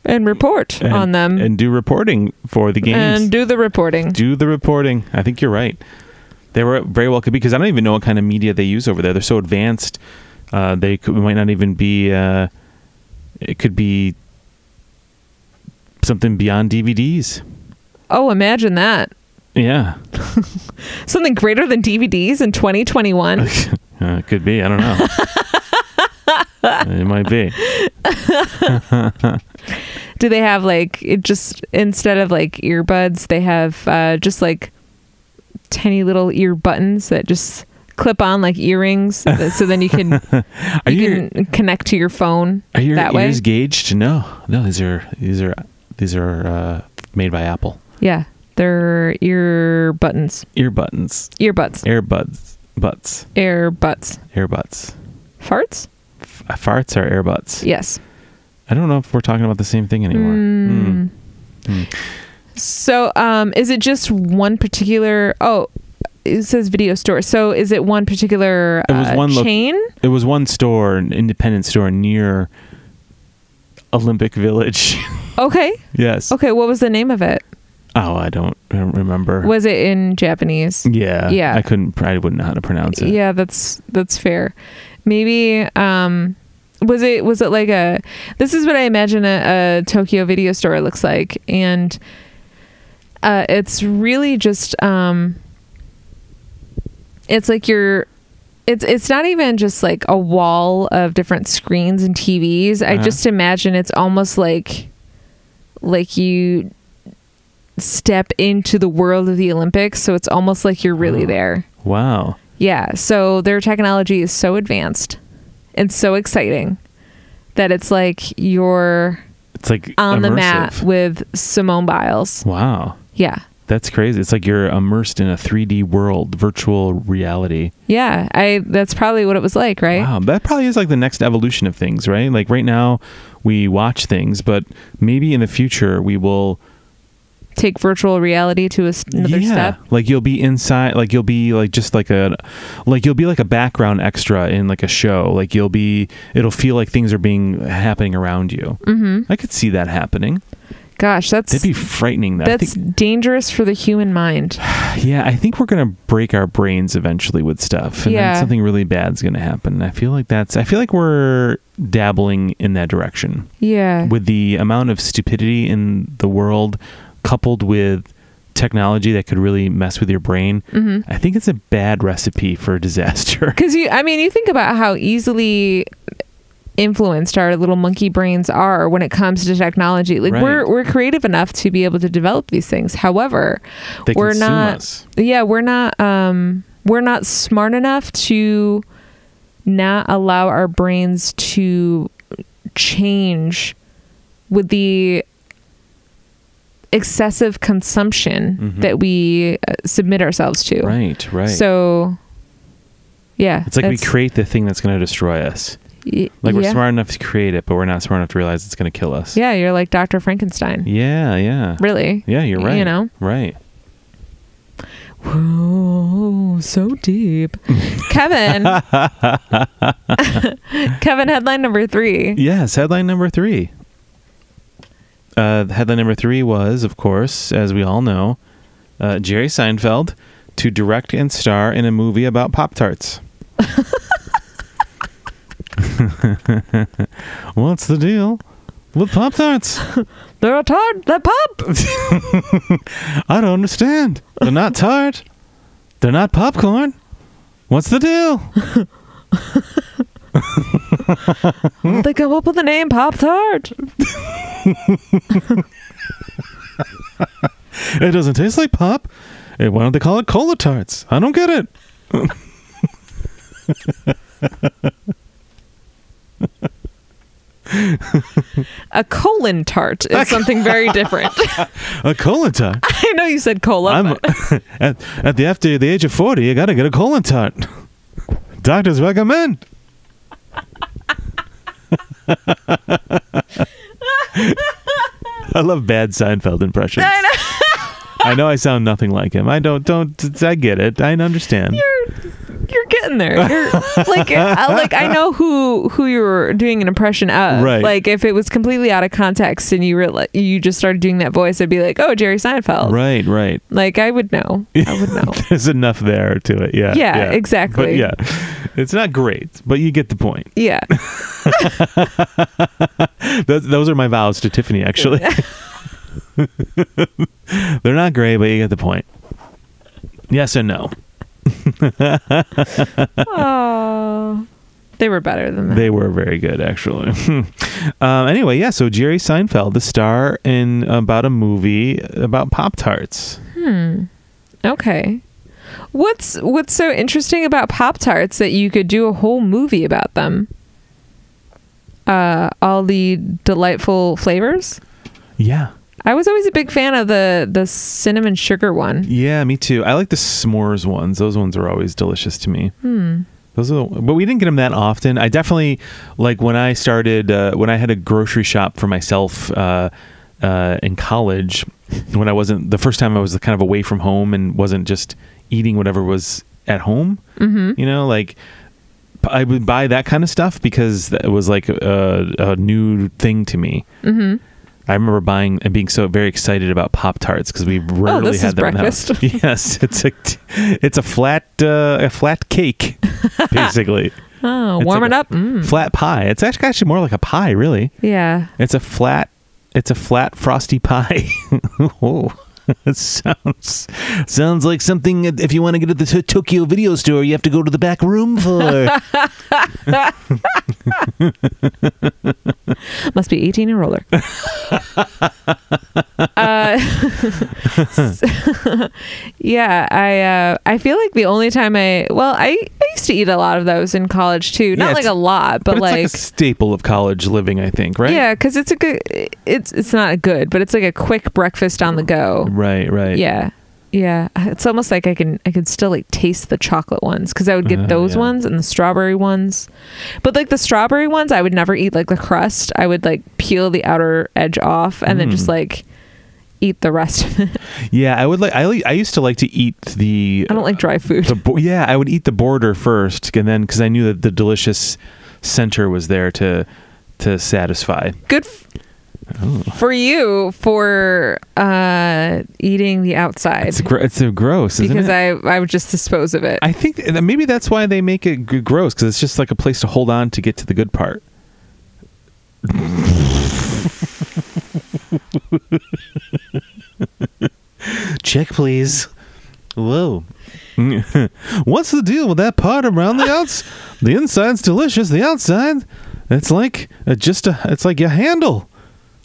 Speaker 1: and report
Speaker 2: And-
Speaker 1: on them and,
Speaker 2: And do reporting for the games.
Speaker 1: do the reporting.
Speaker 2: do the reporting. I think you're right. They were very well could be because I don't even know what kind of media they use over there. They're so advanced. Uh, they could, might not even be. Uh, it could be something beyond DVDs.
Speaker 1: oh, imagine that.
Speaker 2: Yeah,
Speaker 1: Something greater than DVDs in 2021.
Speaker 2: uh, it could be. I don't know. it might be.
Speaker 1: do they have like it just instead of like earbuds they have uh, just like tiny little ear buttons that just clip on like earrings that- so then you can
Speaker 2: Are
Speaker 1: you
Speaker 2: your-
Speaker 1: can connect to your phone
Speaker 2: Are your
Speaker 1: that
Speaker 2: ears
Speaker 1: way
Speaker 2: gauged? No, no. These are these are these are uh, made by Apple.
Speaker 1: yeah they're ear buttons
Speaker 2: Ear buttons,
Speaker 1: earbuds
Speaker 2: earbuds, butts,
Speaker 1: ear butts
Speaker 2: earbuds.
Speaker 1: farts
Speaker 2: F- uh, farts are earbuds.
Speaker 1: yes
Speaker 2: I don't know if we're talking about the same thing anymore.
Speaker 1: Hmm.
Speaker 2: Mm.
Speaker 1: so um is it just one particular oh it says video store so is it one particular
Speaker 2: It was
Speaker 1: uh,
Speaker 2: one loc-
Speaker 1: chain
Speaker 2: It was one store, an independent store near Olympic Village.
Speaker 1: okay
Speaker 2: yes.
Speaker 1: okay what was the name of it
Speaker 2: Oh, I don't rem- remember.
Speaker 1: was it in japanese
Speaker 2: yeah.
Speaker 1: Yeah.
Speaker 2: I couldn't. pr- I wouldn't know how to pronounce it.
Speaker 1: Yeah, that's that's fair. Maybe um was it was it like a this is what i imagine a, a tokyo video store looks like and uh, it's really just um it's like your it's it's not even just like a wall of different screens and tvs i
Speaker 2: Uh-huh.
Speaker 1: just imagine it's almost like like you step into the world of the olympics so it's almost like you're really there
Speaker 2: Wow.
Speaker 1: yeah, so their technology is so advanced and so exciting that it's like you're
Speaker 2: It's like
Speaker 1: on the
Speaker 2: immersive.
Speaker 1: mat with Simone Biles.
Speaker 2: Wow.
Speaker 1: Yeah.
Speaker 2: That's crazy. It's like you're immersed in a 3D world, virtual reality.
Speaker 1: Yeah, I that's probably what it was like, right?
Speaker 2: Wow, that probably is like the next evolution of things, right? Like right now we watch things, but maybe in the future we will
Speaker 1: Take virtual reality to a, s- another step.
Speaker 2: Like you'll be inside, like you'll be like just like a, like you'll be like a background extra in like a show. Like you'll be, it'll feel like things are being happening around you. Mm-hmm. I could see that happening.
Speaker 1: Gosh, that's
Speaker 2: That'd be frightening. That I
Speaker 1: that's
Speaker 2: think-
Speaker 1: dangerous for the human mind.
Speaker 2: yeah. I think we're gonna break our brains eventually with stuff, and
Speaker 1: Yeah.
Speaker 2: then something really bad's gonna happen. I feel like that's. I feel like we're dabbling in that direction
Speaker 1: Yeah.
Speaker 2: with the amount of stupidity in the world, coupled with technology that could really mess with your brain.
Speaker 1: mm-hmm.
Speaker 2: I think it's a bad recipe for disaster.
Speaker 1: Because you, I mean, you think about how easily influenced our little monkey brains are when it comes to technology. Like
Speaker 2: Right.
Speaker 1: we're we're creative enough to be able to develop these things. However,
Speaker 2: They
Speaker 1: we're
Speaker 2: consume
Speaker 1: not.
Speaker 2: us.
Speaker 1: Yeah, we're not. Um, we're not smart enough to not allow our brains to change with the excessive consumption
Speaker 2: Mhm.
Speaker 1: that we uh, submit ourselves to.
Speaker 2: Right, right.
Speaker 1: So, yeah,
Speaker 2: it's like we
Speaker 1: that's-
Speaker 2: create the thing that's going to destroy us.
Speaker 1: Y-
Speaker 2: Like we're
Speaker 1: yeah.
Speaker 2: smart enough to create it, but we're not smart enough to realize it's going to kill us.
Speaker 1: Yeah, you're like Dr. Frankenstein.
Speaker 2: Yeah, yeah.
Speaker 1: Really?
Speaker 2: Yeah, you're
Speaker 1: You
Speaker 2: right.
Speaker 1: know?
Speaker 2: Right.
Speaker 1: Whoa, so deep. Kevin. Kevin, headline number three.
Speaker 2: Yes, headline number three. Uh, headline number three was, of course, as we all know, uh, Jerry Seinfeld to direct and star in a movie about Pop Tarts. What's the deal with Pop Tarts?
Speaker 1: They're a tart, they're pop.
Speaker 2: I don't understand. They're not tart. They're not popcorn. What's the deal? Hmm?
Speaker 1: they come up with the name Pop Tart.
Speaker 2: It doesn't taste like pop. Eh, Why don't they call it cola tarts? I don't get it.
Speaker 1: A colon tart is something very different.
Speaker 2: A cola tart.
Speaker 1: I know you said cola.
Speaker 2: I'm
Speaker 1: but-
Speaker 2: at, at the after the age of forty. You gotta get a colon tart. Doctors recommend. I love bad Seinfeld impressions.
Speaker 1: I know.
Speaker 2: I know I sound nothing like him. I don't don't I get it. I understand.
Speaker 1: You're getting there. You're, like, I, like I know who who you're doing an impression of.
Speaker 2: Right.
Speaker 1: Like, if it was completely out of context and you reali you just started doing that voice, I'd be like, "Oh, Jerry Seinfeld."
Speaker 2: Right, right.
Speaker 1: Like, I would know. I would know.
Speaker 2: There's enough there to it. Yeah.
Speaker 1: Yeah, exactly.
Speaker 2: But yeah. It's not great, but you get the point.
Speaker 1: yeah.
Speaker 2: Those, those are my vows to Tiffany, actually. They're not great, but you get the point. Yes and no.
Speaker 1: Oh, they were better than that.
Speaker 2: They were very good, actually. um, anyway, yeah, so Jerry Seinfeld, the star in about a movie about Pop Tarts.
Speaker 1: okay. What's what's so interesting about Pop Tarts that you could do a whole movie about them? Uh, all the delightful flavors.
Speaker 2: Yeah.
Speaker 1: I was always a big fan of the the cinnamon sugar one.
Speaker 2: Yeah, me too. I like the s'mores ones. Those ones are always delicious to me. Those are, the, but we didn't get them that often. I definitely like when I started uh, when I had a grocery shop for myself uh, uh, in college. When I wasn't the first time I was kind of away from home and wasn't just eating whatever was at home. Mm-hmm. You know, like p- I would buy that kind of stuff because that was like a, a new thing to me. Mm-hmm. I remember buying and being so very excited about Pop Tarts because we rarely
Speaker 1: Oh, this
Speaker 2: had
Speaker 1: is
Speaker 2: them in the house. yes, it's a it's a flat uh, a flat cake basically.
Speaker 1: Oh,
Speaker 2: It's
Speaker 1: warm
Speaker 2: like
Speaker 1: it
Speaker 2: a
Speaker 1: up. Mm.
Speaker 2: Flat pie. It's actually actually more like a pie, really.
Speaker 1: Yeah.
Speaker 2: It's a flat. It's a flat frosty pie. Whoa. That sounds sounds like something. that If you want to get to the to- Tokyo video store, you have to go to the back room for.
Speaker 1: Must be 18 and roller. uh, yeah, I uh, I feel like the only time I well I, I used to eat a lot of those in college too. Not
Speaker 2: Yeah,
Speaker 1: like
Speaker 2: it's-
Speaker 1: a lot, but,
Speaker 2: it's like,
Speaker 1: like,
Speaker 2: a staple of college living, I think. Right.
Speaker 1: yeah, because it's a good it's it's not good, but it's like a quick breakfast on the go.
Speaker 2: Right. Right.
Speaker 1: Yeah. Yeah, it's almost like I can I can still like taste the chocolate ones because I would get
Speaker 2: Uh,
Speaker 1: those
Speaker 2: yeah.
Speaker 1: ones and the strawberry ones, but like the strawberry ones I would never eat like the crust. I would like peel the outer edge off and then
Speaker 2: Mm.
Speaker 1: just like eat the rest of it.
Speaker 2: Yeah. I would like. I like- I used to like to eat the.
Speaker 1: I don't like dry food.
Speaker 2: the bo- yeah, I would eat the border first, and then because I knew that the delicious center was there to to satisfy.
Speaker 1: Good f-
Speaker 2: Oh.
Speaker 1: for you for uh eating the outside
Speaker 2: It's gr- it's uh, gross, isn't
Speaker 1: because
Speaker 2: it?
Speaker 1: I I would just dispose of it.
Speaker 2: I think th- maybe that's why they make it g- gross because it's just like a place to hold on to get to the good part. Check, please. Whoa. What's the deal with that part around the outs? the inside's delicious. The outside, it's like uh, just a, it's like your handle.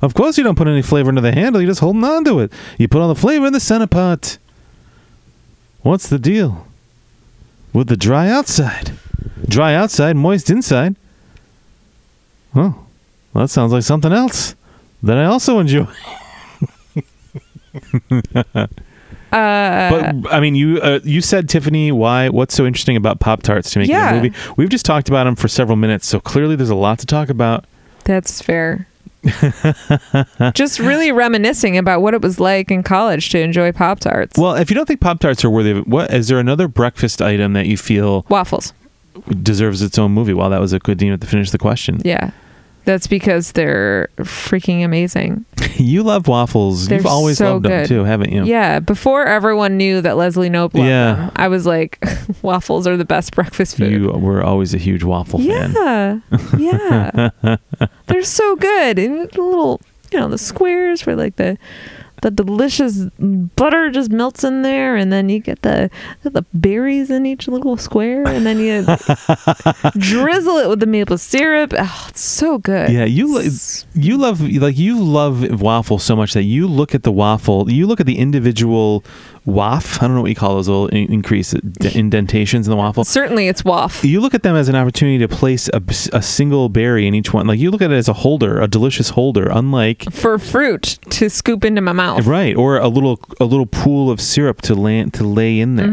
Speaker 2: Of course, you don't put any flavor into the handle. You're just holding on to it. You put all the flavor in the center part. What's the deal with the dry outside? Dry outside, moist inside. Oh, well, that sounds like something else that I also enjoy.
Speaker 1: uh,
Speaker 2: But I mean, you uh, you said Tiffany, why? What's so interesting about Pop Tarts to make
Speaker 1: Yeah.
Speaker 2: a movie? We've just talked about them for several minutes, so clearly there's a lot to talk about.
Speaker 1: That's fair. Just really reminiscing about what it was like in college to enjoy Pop Tarts.
Speaker 2: Well, if you don't think Pop Tarts are worthy of it, what is there another breakfast item that you feel
Speaker 1: Waffles.
Speaker 2: deserves its own movie? Well, that was a good deal to finish the question.
Speaker 1: Yeah. That's because they're freaking amazing.
Speaker 2: you love waffles.
Speaker 1: They're
Speaker 2: You've always
Speaker 1: so
Speaker 2: loved them
Speaker 1: good.
Speaker 2: too, haven't you?
Speaker 1: Yeah. Before everyone knew that Leslie Nope loved
Speaker 2: Yeah.
Speaker 1: them, I was like, waffles are the best breakfast food.
Speaker 2: You were always a huge waffle fan.
Speaker 1: yeah. Yeah. they're so good. And the little, you know, the squares where like the the delicious butter just melts in there and then you get the the berries in each little square and then you drizzle it with the maple syrup. Oh, it's so good.
Speaker 2: Yeah, you lo- you love like you love waffle so much that you look at the waffle, you look at the individual waff. I don't know what you call those little in- increase d- indentations in the waffle.
Speaker 1: Certainly it's waff.
Speaker 2: You look at them as an opportunity to place a, a single berry in each one. Like you look at it as a holder, a delicious holder, unlike
Speaker 1: for fruit to scoop into my mouth.
Speaker 2: right or a little a little pool of syrup to land to lay in there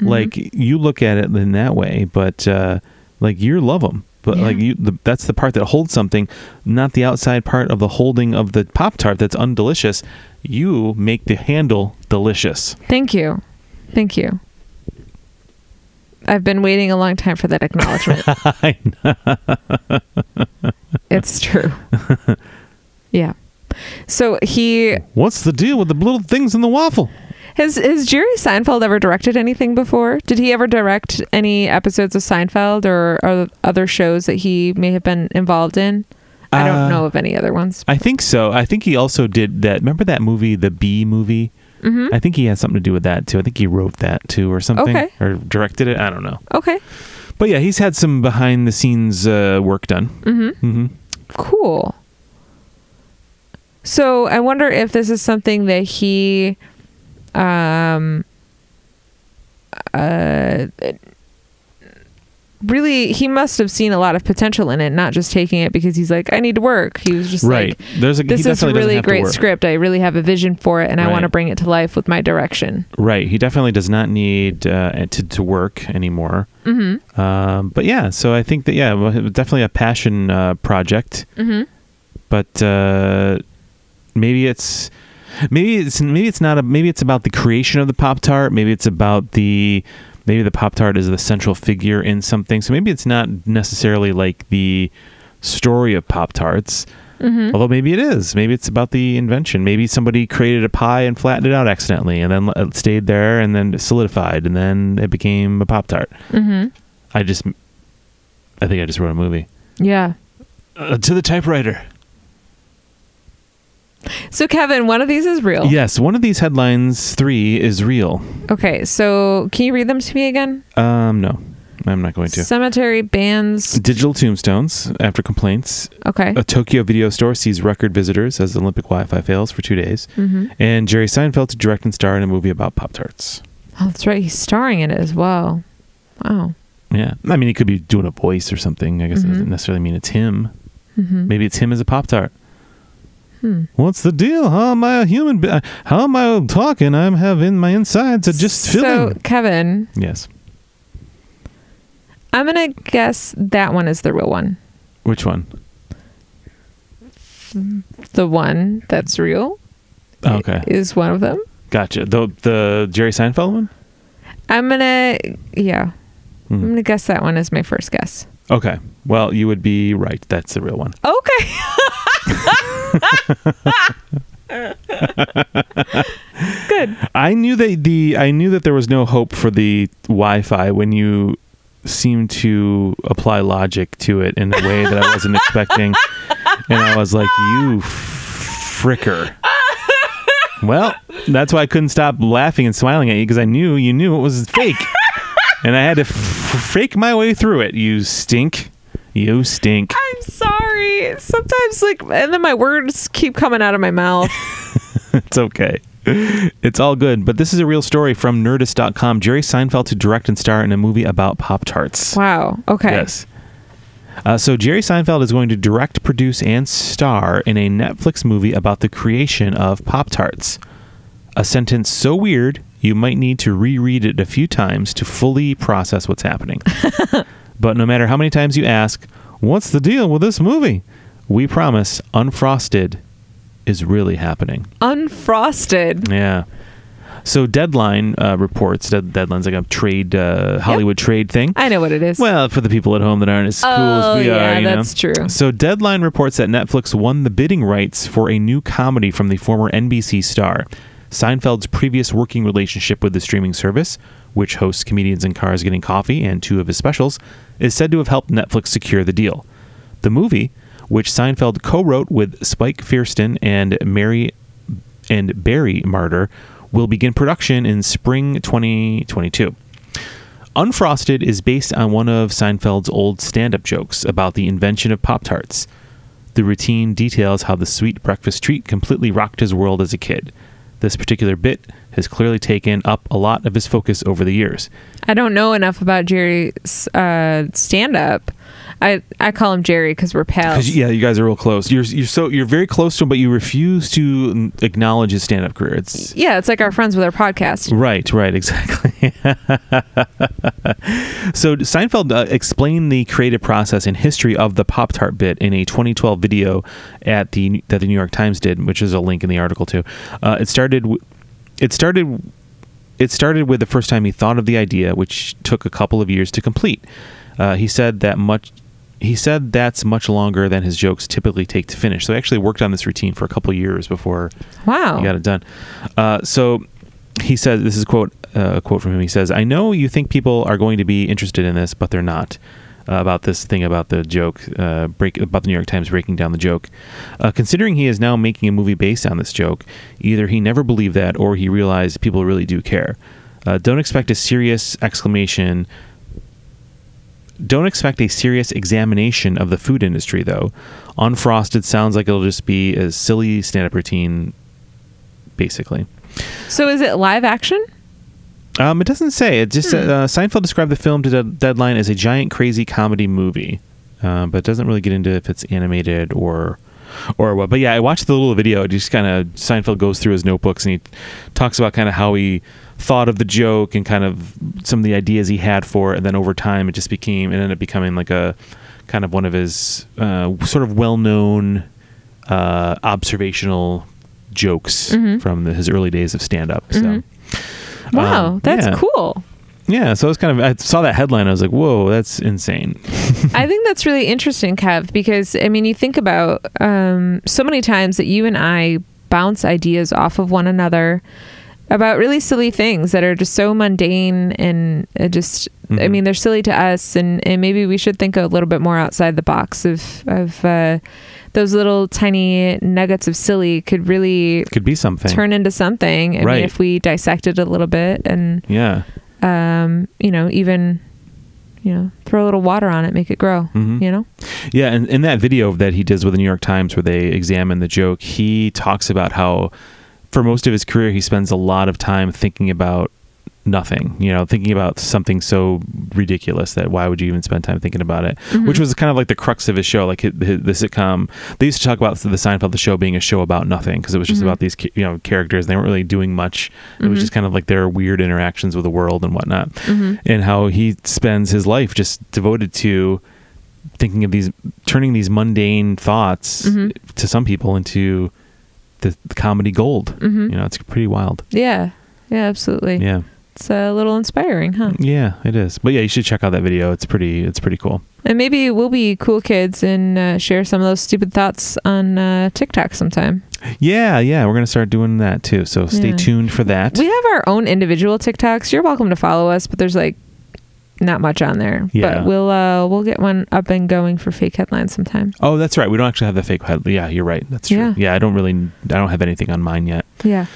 Speaker 2: like you look at it in that way but uh like you love them but
Speaker 1: Yeah.
Speaker 2: like you the, that's the part that holds something not the outside part of the holding of the pop tart that's undelicious you make the handle delicious
Speaker 1: Thank you. Thank you. I've been waiting a long time for that acknowledgement.
Speaker 2: I know.
Speaker 1: it's true. yeah. So he
Speaker 2: what's the deal with the little things in the waffle
Speaker 1: has has Jerry Seinfeld ever directed anything before? Did he ever direct any episodes of Seinfeld or, or other shows that he may have been involved in? I don't
Speaker 2: Uh,
Speaker 1: know of any other ones.
Speaker 2: i think so i think he also did that remember that movie the bee movie I think he had something to do with that too. I think he wrote that too, or something,
Speaker 1: Okay.
Speaker 2: or directed it. I don't know.
Speaker 1: Okay.
Speaker 2: But yeah, he's had some behind the scenes uh, work done. Mm-hmm.
Speaker 1: Cool. So I wonder if this is something that he, um, uh, really he must have seen a lot of potential in it, not just taking it because he's like, I need to work. He was just
Speaker 2: Right.
Speaker 1: like,
Speaker 2: There's a he
Speaker 1: this is
Speaker 2: definitely doesn't
Speaker 1: really
Speaker 2: have to
Speaker 1: great
Speaker 2: work.
Speaker 1: script. I really have a vision for it, and I
Speaker 2: Right.
Speaker 1: want to bring it to life with my direction.
Speaker 2: Right. He definitely does not need uh, to to work anymore.
Speaker 1: Mm-hmm.
Speaker 2: Um, but yeah, so I think that yeah, well, it was definitely a passion uh, project.
Speaker 1: Mm-hmm.
Speaker 2: But uh, maybe it's maybe it's maybe it's not a maybe it's about the creation of the pop tart. Maybe it's about the maybe the pop tart is the central figure in something. So maybe it's not necessarily like the story of pop tarts.
Speaker 1: Mm-hmm.
Speaker 2: Although maybe it is. Maybe it's about the invention. Maybe somebody created a pie and flattened it out accidentally, and then l- it stayed there, and then it solidified, and then it became a pop tart.
Speaker 1: Mm-hmm.
Speaker 2: I just I think I just wrote a movie.
Speaker 1: Yeah.
Speaker 2: Uh, to the typewriter.
Speaker 1: So Kevin, one of these is real.
Speaker 2: Yes, one of these headlines, three, is real.
Speaker 1: Okay, so can you read them to me again?
Speaker 2: Um, no, I'm not going to.
Speaker 1: Cemetery bans.
Speaker 2: Digital tombstones after complaints.
Speaker 1: Okay.
Speaker 2: A Tokyo video store sees record visitors as Olympic Wi Fi fails for two days.
Speaker 1: Mm-hmm.
Speaker 2: And Jerry Seinfeld to direct and star in a movie about Pop Tarts.
Speaker 1: Oh, that's right. He's starring in it as well. Wow.
Speaker 2: Yeah. I mean, he could be doing a voice or something. I guess it doesn't
Speaker 1: Mm-hmm.
Speaker 2: necessarily mean it's him. Maybe it's him as a Pop Tart.
Speaker 1: Hmm.
Speaker 2: What's the deal? How am I a human? Be- How am I talking? I'm having my insides are just
Speaker 1: So
Speaker 2: filling.
Speaker 1: Kevin,
Speaker 2: yes.
Speaker 1: I'm gonna guess that one is the real one.
Speaker 2: Which one?
Speaker 1: The one that's real
Speaker 2: Oh, Okay.
Speaker 1: is one of them.
Speaker 2: Gotcha. The the Jerry Seinfeld one. Hmm.
Speaker 1: I'm gonna yeah. I'm gonna guess that one is my first guess.
Speaker 2: Okay. Well, you would be right. That's the real one.
Speaker 1: Okay. Good.
Speaker 2: I knew that the I knew that there was no hope for the Wi-Fi when you seemed to apply logic to it in a way that I wasn't expecting, and I was like, "You fricker." Well, that's why I couldn't stop laughing and smiling at you because I knew you knew it was fake, and I had to f- fake my way through it. You stink. You stink.
Speaker 1: I'm sorry. Sometimes like and then my words keep coming out of my mouth.
Speaker 2: It's okay. It's all good. But this is a real story from Nerdist.com. Jerry Seinfeld to direct and star in a movie about Pop Tarts.
Speaker 1: Wow. Okay.
Speaker 2: Yes. Uh, so Jerry Seinfeld is going to direct, produce, and star in a Netflix movie about the creation of Pop Tarts. A sentence so weird you might need to reread it a few times to fully process what's happening. but no matter how many times you ask, "What's the deal with this movie?" We promise, Unfrosted is really happening.
Speaker 1: Unfrosted.
Speaker 2: Yeah. So Deadline uh, reports that Deadline's like a trade uh, Hollywood trade thing.
Speaker 1: I know what it is.
Speaker 2: Well, for the people at home that aren't as cool
Speaker 1: Oh,
Speaker 2: as we
Speaker 1: yeah,
Speaker 2: are, you know?
Speaker 1: that's true.
Speaker 2: So Deadline reports that Netflix won the bidding rights for a new comedy from the former NBC star. Seinfeld's previous working relationship with the streaming service, which hosts comedians in cars getting coffee and two of his specials, is said to have helped Netflix secure the deal. The movie, which Seinfeld co-wrote with Spike Fiersten and Mary and Barry Martyr, will begin production in spring 2022. Unfrosted is based on one of Seinfeld's old stand up jokes about the invention of Pop Tarts. The routine details how the sweet breakfast treat completely rocked his world as a kid. This particular bit has clearly taken up a lot of his focus over the years.
Speaker 1: I don't know enough about Jerry's uh, stand up. I I call him Jerry because we're pals.
Speaker 2: yeah, you guys are real close. You're you're so you're very close to him, but you refuse to acknowledge his stand up career. It's
Speaker 1: yeah, it's like our friends with our podcast.
Speaker 2: Right, right, exactly. so Seinfeld uh, explained the creative process and history of the Pop Tart bit in a 2012 video at the that the New York Times did, which is a link in the article too. Uh, it started. W- it started. It started with the first time he thought of the idea, which took a couple of years to complete. Uh, he said that much. He said that's much longer than his jokes typically take to finish. So he actually worked on this routine for a couple of years before
Speaker 1: Wow.
Speaker 2: you got it done. Uh, so he says, this is a quote, uh, a quote from him. He says, I know you think people are going to be interested in this, but they're not. Uh, about this thing about the joke, uh, break about the New York Times breaking down the joke. Uh, considering he is now making a movie based on this joke, either he never believed that or he realized people really do care. Uh, don't expect a serious exclamation don't expect a serious examination of the food industry, though. Unfrosted sounds like it'll just be a silly stand up routine, basically.
Speaker 1: So is it live action?
Speaker 2: Um, it doesn't say. It just uh, Seinfeld described the film to Dead- Deadline as a giant, crazy comedy movie, uh, but it doesn't really get into if it's animated or or what. But yeah, I watched the little video. It just kind of Seinfeld goes through his notebooks and he talks about kind of how he thought of the joke and kind of some of the ideas he had for it, and then over time it just became it ended up becoming like a kind of one of his uh, sort of well known uh, observational jokes from the, his early days of stand up. So.
Speaker 1: Wow,
Speaker 2: Um,
Speaker 1: that's
Speaker 2: yeah.
Speaker 1: cool.
Speaker 2: Yeah, so I was kind of I saw that headline. I was like, "Whoa, that's insane!"
Speaker 1: I think that's really interesting, Kev, because I mean, you think about um, so many times that you and I bounce ideas off of one another. about really silly things that are just so mundane and uh, just I
Speaker 2: Mhm.
Speaker 1: mean they're silly to us and, and maybe we should think a little bit more outside the box of of uh, those little tiny nuggets of silly could really
Speaker 2: Could be something.
Speaker 1: turn into something. I
Speaker 2: Right.
Speaker 1: mean if we dissect it a little bit and
Speaker 2: yeah.
Speaker 1: um, you know even you know throw a little water on it, make it grow.
Speaker 2: Mhm.
Speaker 1: You know.
Speaker 2: Yeah, and in that video that he does with the New York Times where they examine the joke, he talks about how for most of his career he spends a lot of time thinking about nothing, you know, thinking about something so ridiculous that why would you even spend time thinking about it? Which was kind of like the crux of his show, like hi- hi- the sitcom. They used to talk about the Seinfeld the show being a show about nothing because it was just
Speaker 1: Mhm.
Speaker 2: about these ca- you know characters. They weren't really doing much. It was
Speaker 1: Mhm.
Speaker 2: just kind of like their weird interactions with the world and whatnot
Speaker 1: hmm
Speaker 2: and how he spends his life just devoted to thinking of these turning these mundane thoughts
Speaker 1: Mhm.
Speaker 2: to some people into the, the comedy gold
Speaker 1: Mhm.
Speaker 2: you know it's pretty wild
Speaker 1: Yeah. Yeah, absolutely.
Speaker 2: yeah Mm-hmm.
Speaker 1: It's uh, a little inspiring, huh?
Speaker 2: yeah it is but yeah you should check out that video it's pretty it's pretty cool
Speaker 1: And maybe we'll be cool kids and uh, share some of those stupid thoughts on uh, TikTok sometime.
Speaker 2: yeah yeah we're gonna start doing that too so stay
Speaker 1: Yeah.
Speaker 2: tuned for that
Speaker 1: We have our own individual TikToks. You're welcome to follow us, but there's like not much on there.
Speaker 2: Yeah.
Speaker 1: But we'll uh, we'll get one up and going for fake headlines sometime.
Speaker 2: oh that's right we don't actually have the fake head yeah you're right that's true
Speaker 1: Yeah.
Speaker 2: yeah i don't really i don't have anything on mine yet
Speaker 1: Yeah.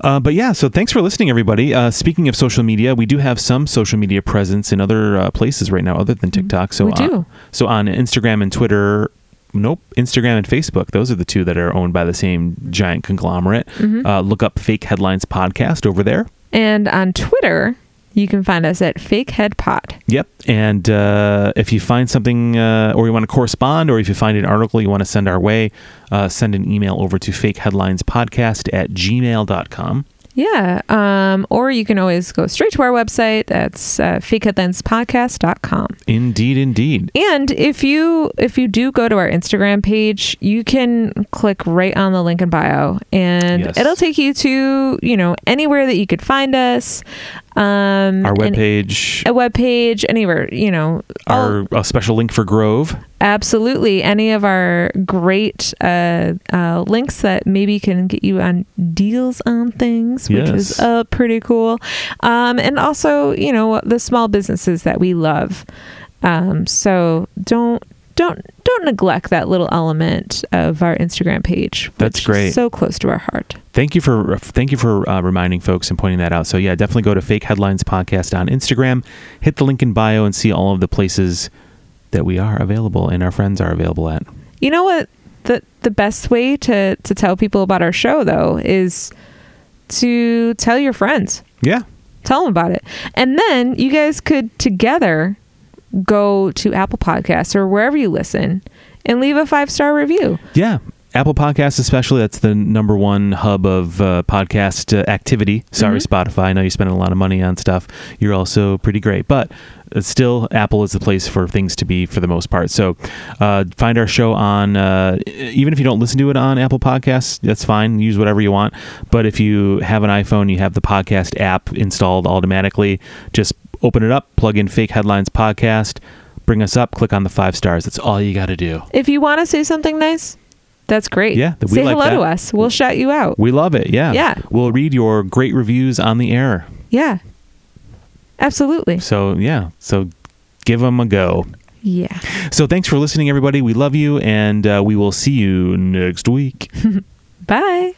Speaker 2: Uh, but yeah, so thanks for listening, everybody. Uh, speaking of social media, we do have some social media presence in other uh, places right now, other than TikTok. So
Speaker 1: Mm-hmm. We
Speaker 2: on-
Speaker 1: do.
Speaker 2: so on Instagram and Twitter. Nope, Instagram and Facebook. Those are the two that are owned by the same giant conglomerate.
Speaker 1: Mm-hmm.
Speaker 2: Uh, look up Fake Headlines Podcast over there.
Speaker 1: And on Twitter, you can find us at Fake Head Pod.
Speaker 2: Yep. And uh, if you find something uh, or you want to correspond or if you find an article you want to send our way, uh, send an email over to fakeheadlinespodcast at gmail.com.
Speaker 1: Yeah. Um, or you can always go straight to our website. That's uh, fakeheadlinespodcast.com.
Speaker 2: Indeed, indeed.
Speaker 1: And if you if you do go to our Instagram page, you can click right on the link in bio, and
Speaker 2: Yes.
Speaker 1: it'll take you to you know anywhere that you could find us. Um,
Speaker 2: Our
Speaker 1: and-
Speaker 2: webpage.
Speaker 1: a web page, anywhere you know. all-
Speaker 2: our a special link for Grove.
Speaker 1: absolutely any of our great uh, uh, links that maybe can get you on deals on things which
Speaker 2: Yes.
Speaker 1: is uh, pretty cool um, and also you know the small businesses that we love um, so don't don't don't neglect that little element of our instagram page
Speaker 2: That's
Speaker 1: which is
Speaker 2: great.
Speaker 1: so close to our heart
Speaker 2: Thank you for thank you for uh, reminding folks and pointing that out. So yeah, definitely go to Fake Headlines Podcast on Instagram. Hit the link in bio and see all of the places that we are available and our friends are available at.
Speaker 1: You know what? The the best way to to tell people about our show though is to tell your friends.
Speaker 2: Yeah,
Speaker 1: Tell them about it. And then you guys could together go to Apple Podcasts or wherever you listen and leave a five-star review.
Speaker 2: yeah. Apple Podcasts, especially, that's the number one hub of uh, podcast uh, activity. Sorry,
Speaker 1: Mhm.
Speaker 2: Spotify. I know you're spending a lot of money on stuff. You're also pretty great, but uh, still, Apple is the place for things to be for the most part. So, uh, find our show on. Uh, even if you don't listen to it on Apple Podcasts, that's fine. Use whatever you want. But if you have an iPhone, you have the podcast app installed automatically. Just open it up, plug in Fake Headlines Podcast, bring us up, click on the five stars. That's all you got to do.
Speaker 1: If you want to say something nice, that's great.
Speaker 2: Yeah, we
Speaker 1: say
Speaker 2: like
Speaker 1: hello
Speaker 2: that.
Speaker 1: to us. We'll shout you out.
Speaker 2: We love it. Yeah.
Speaker 1: Yeah.
Speaker 2: We'll read your great reviews on the air.
Speaker 1: yeah. Absolutely.
Speaker 2: So, yeah. So give them a go.
Speaker 1: Yeah.
Speaker 2: So, thanks for listening, everybody. We love you, and uh, we will see you next week.
Speaker 1: Bye.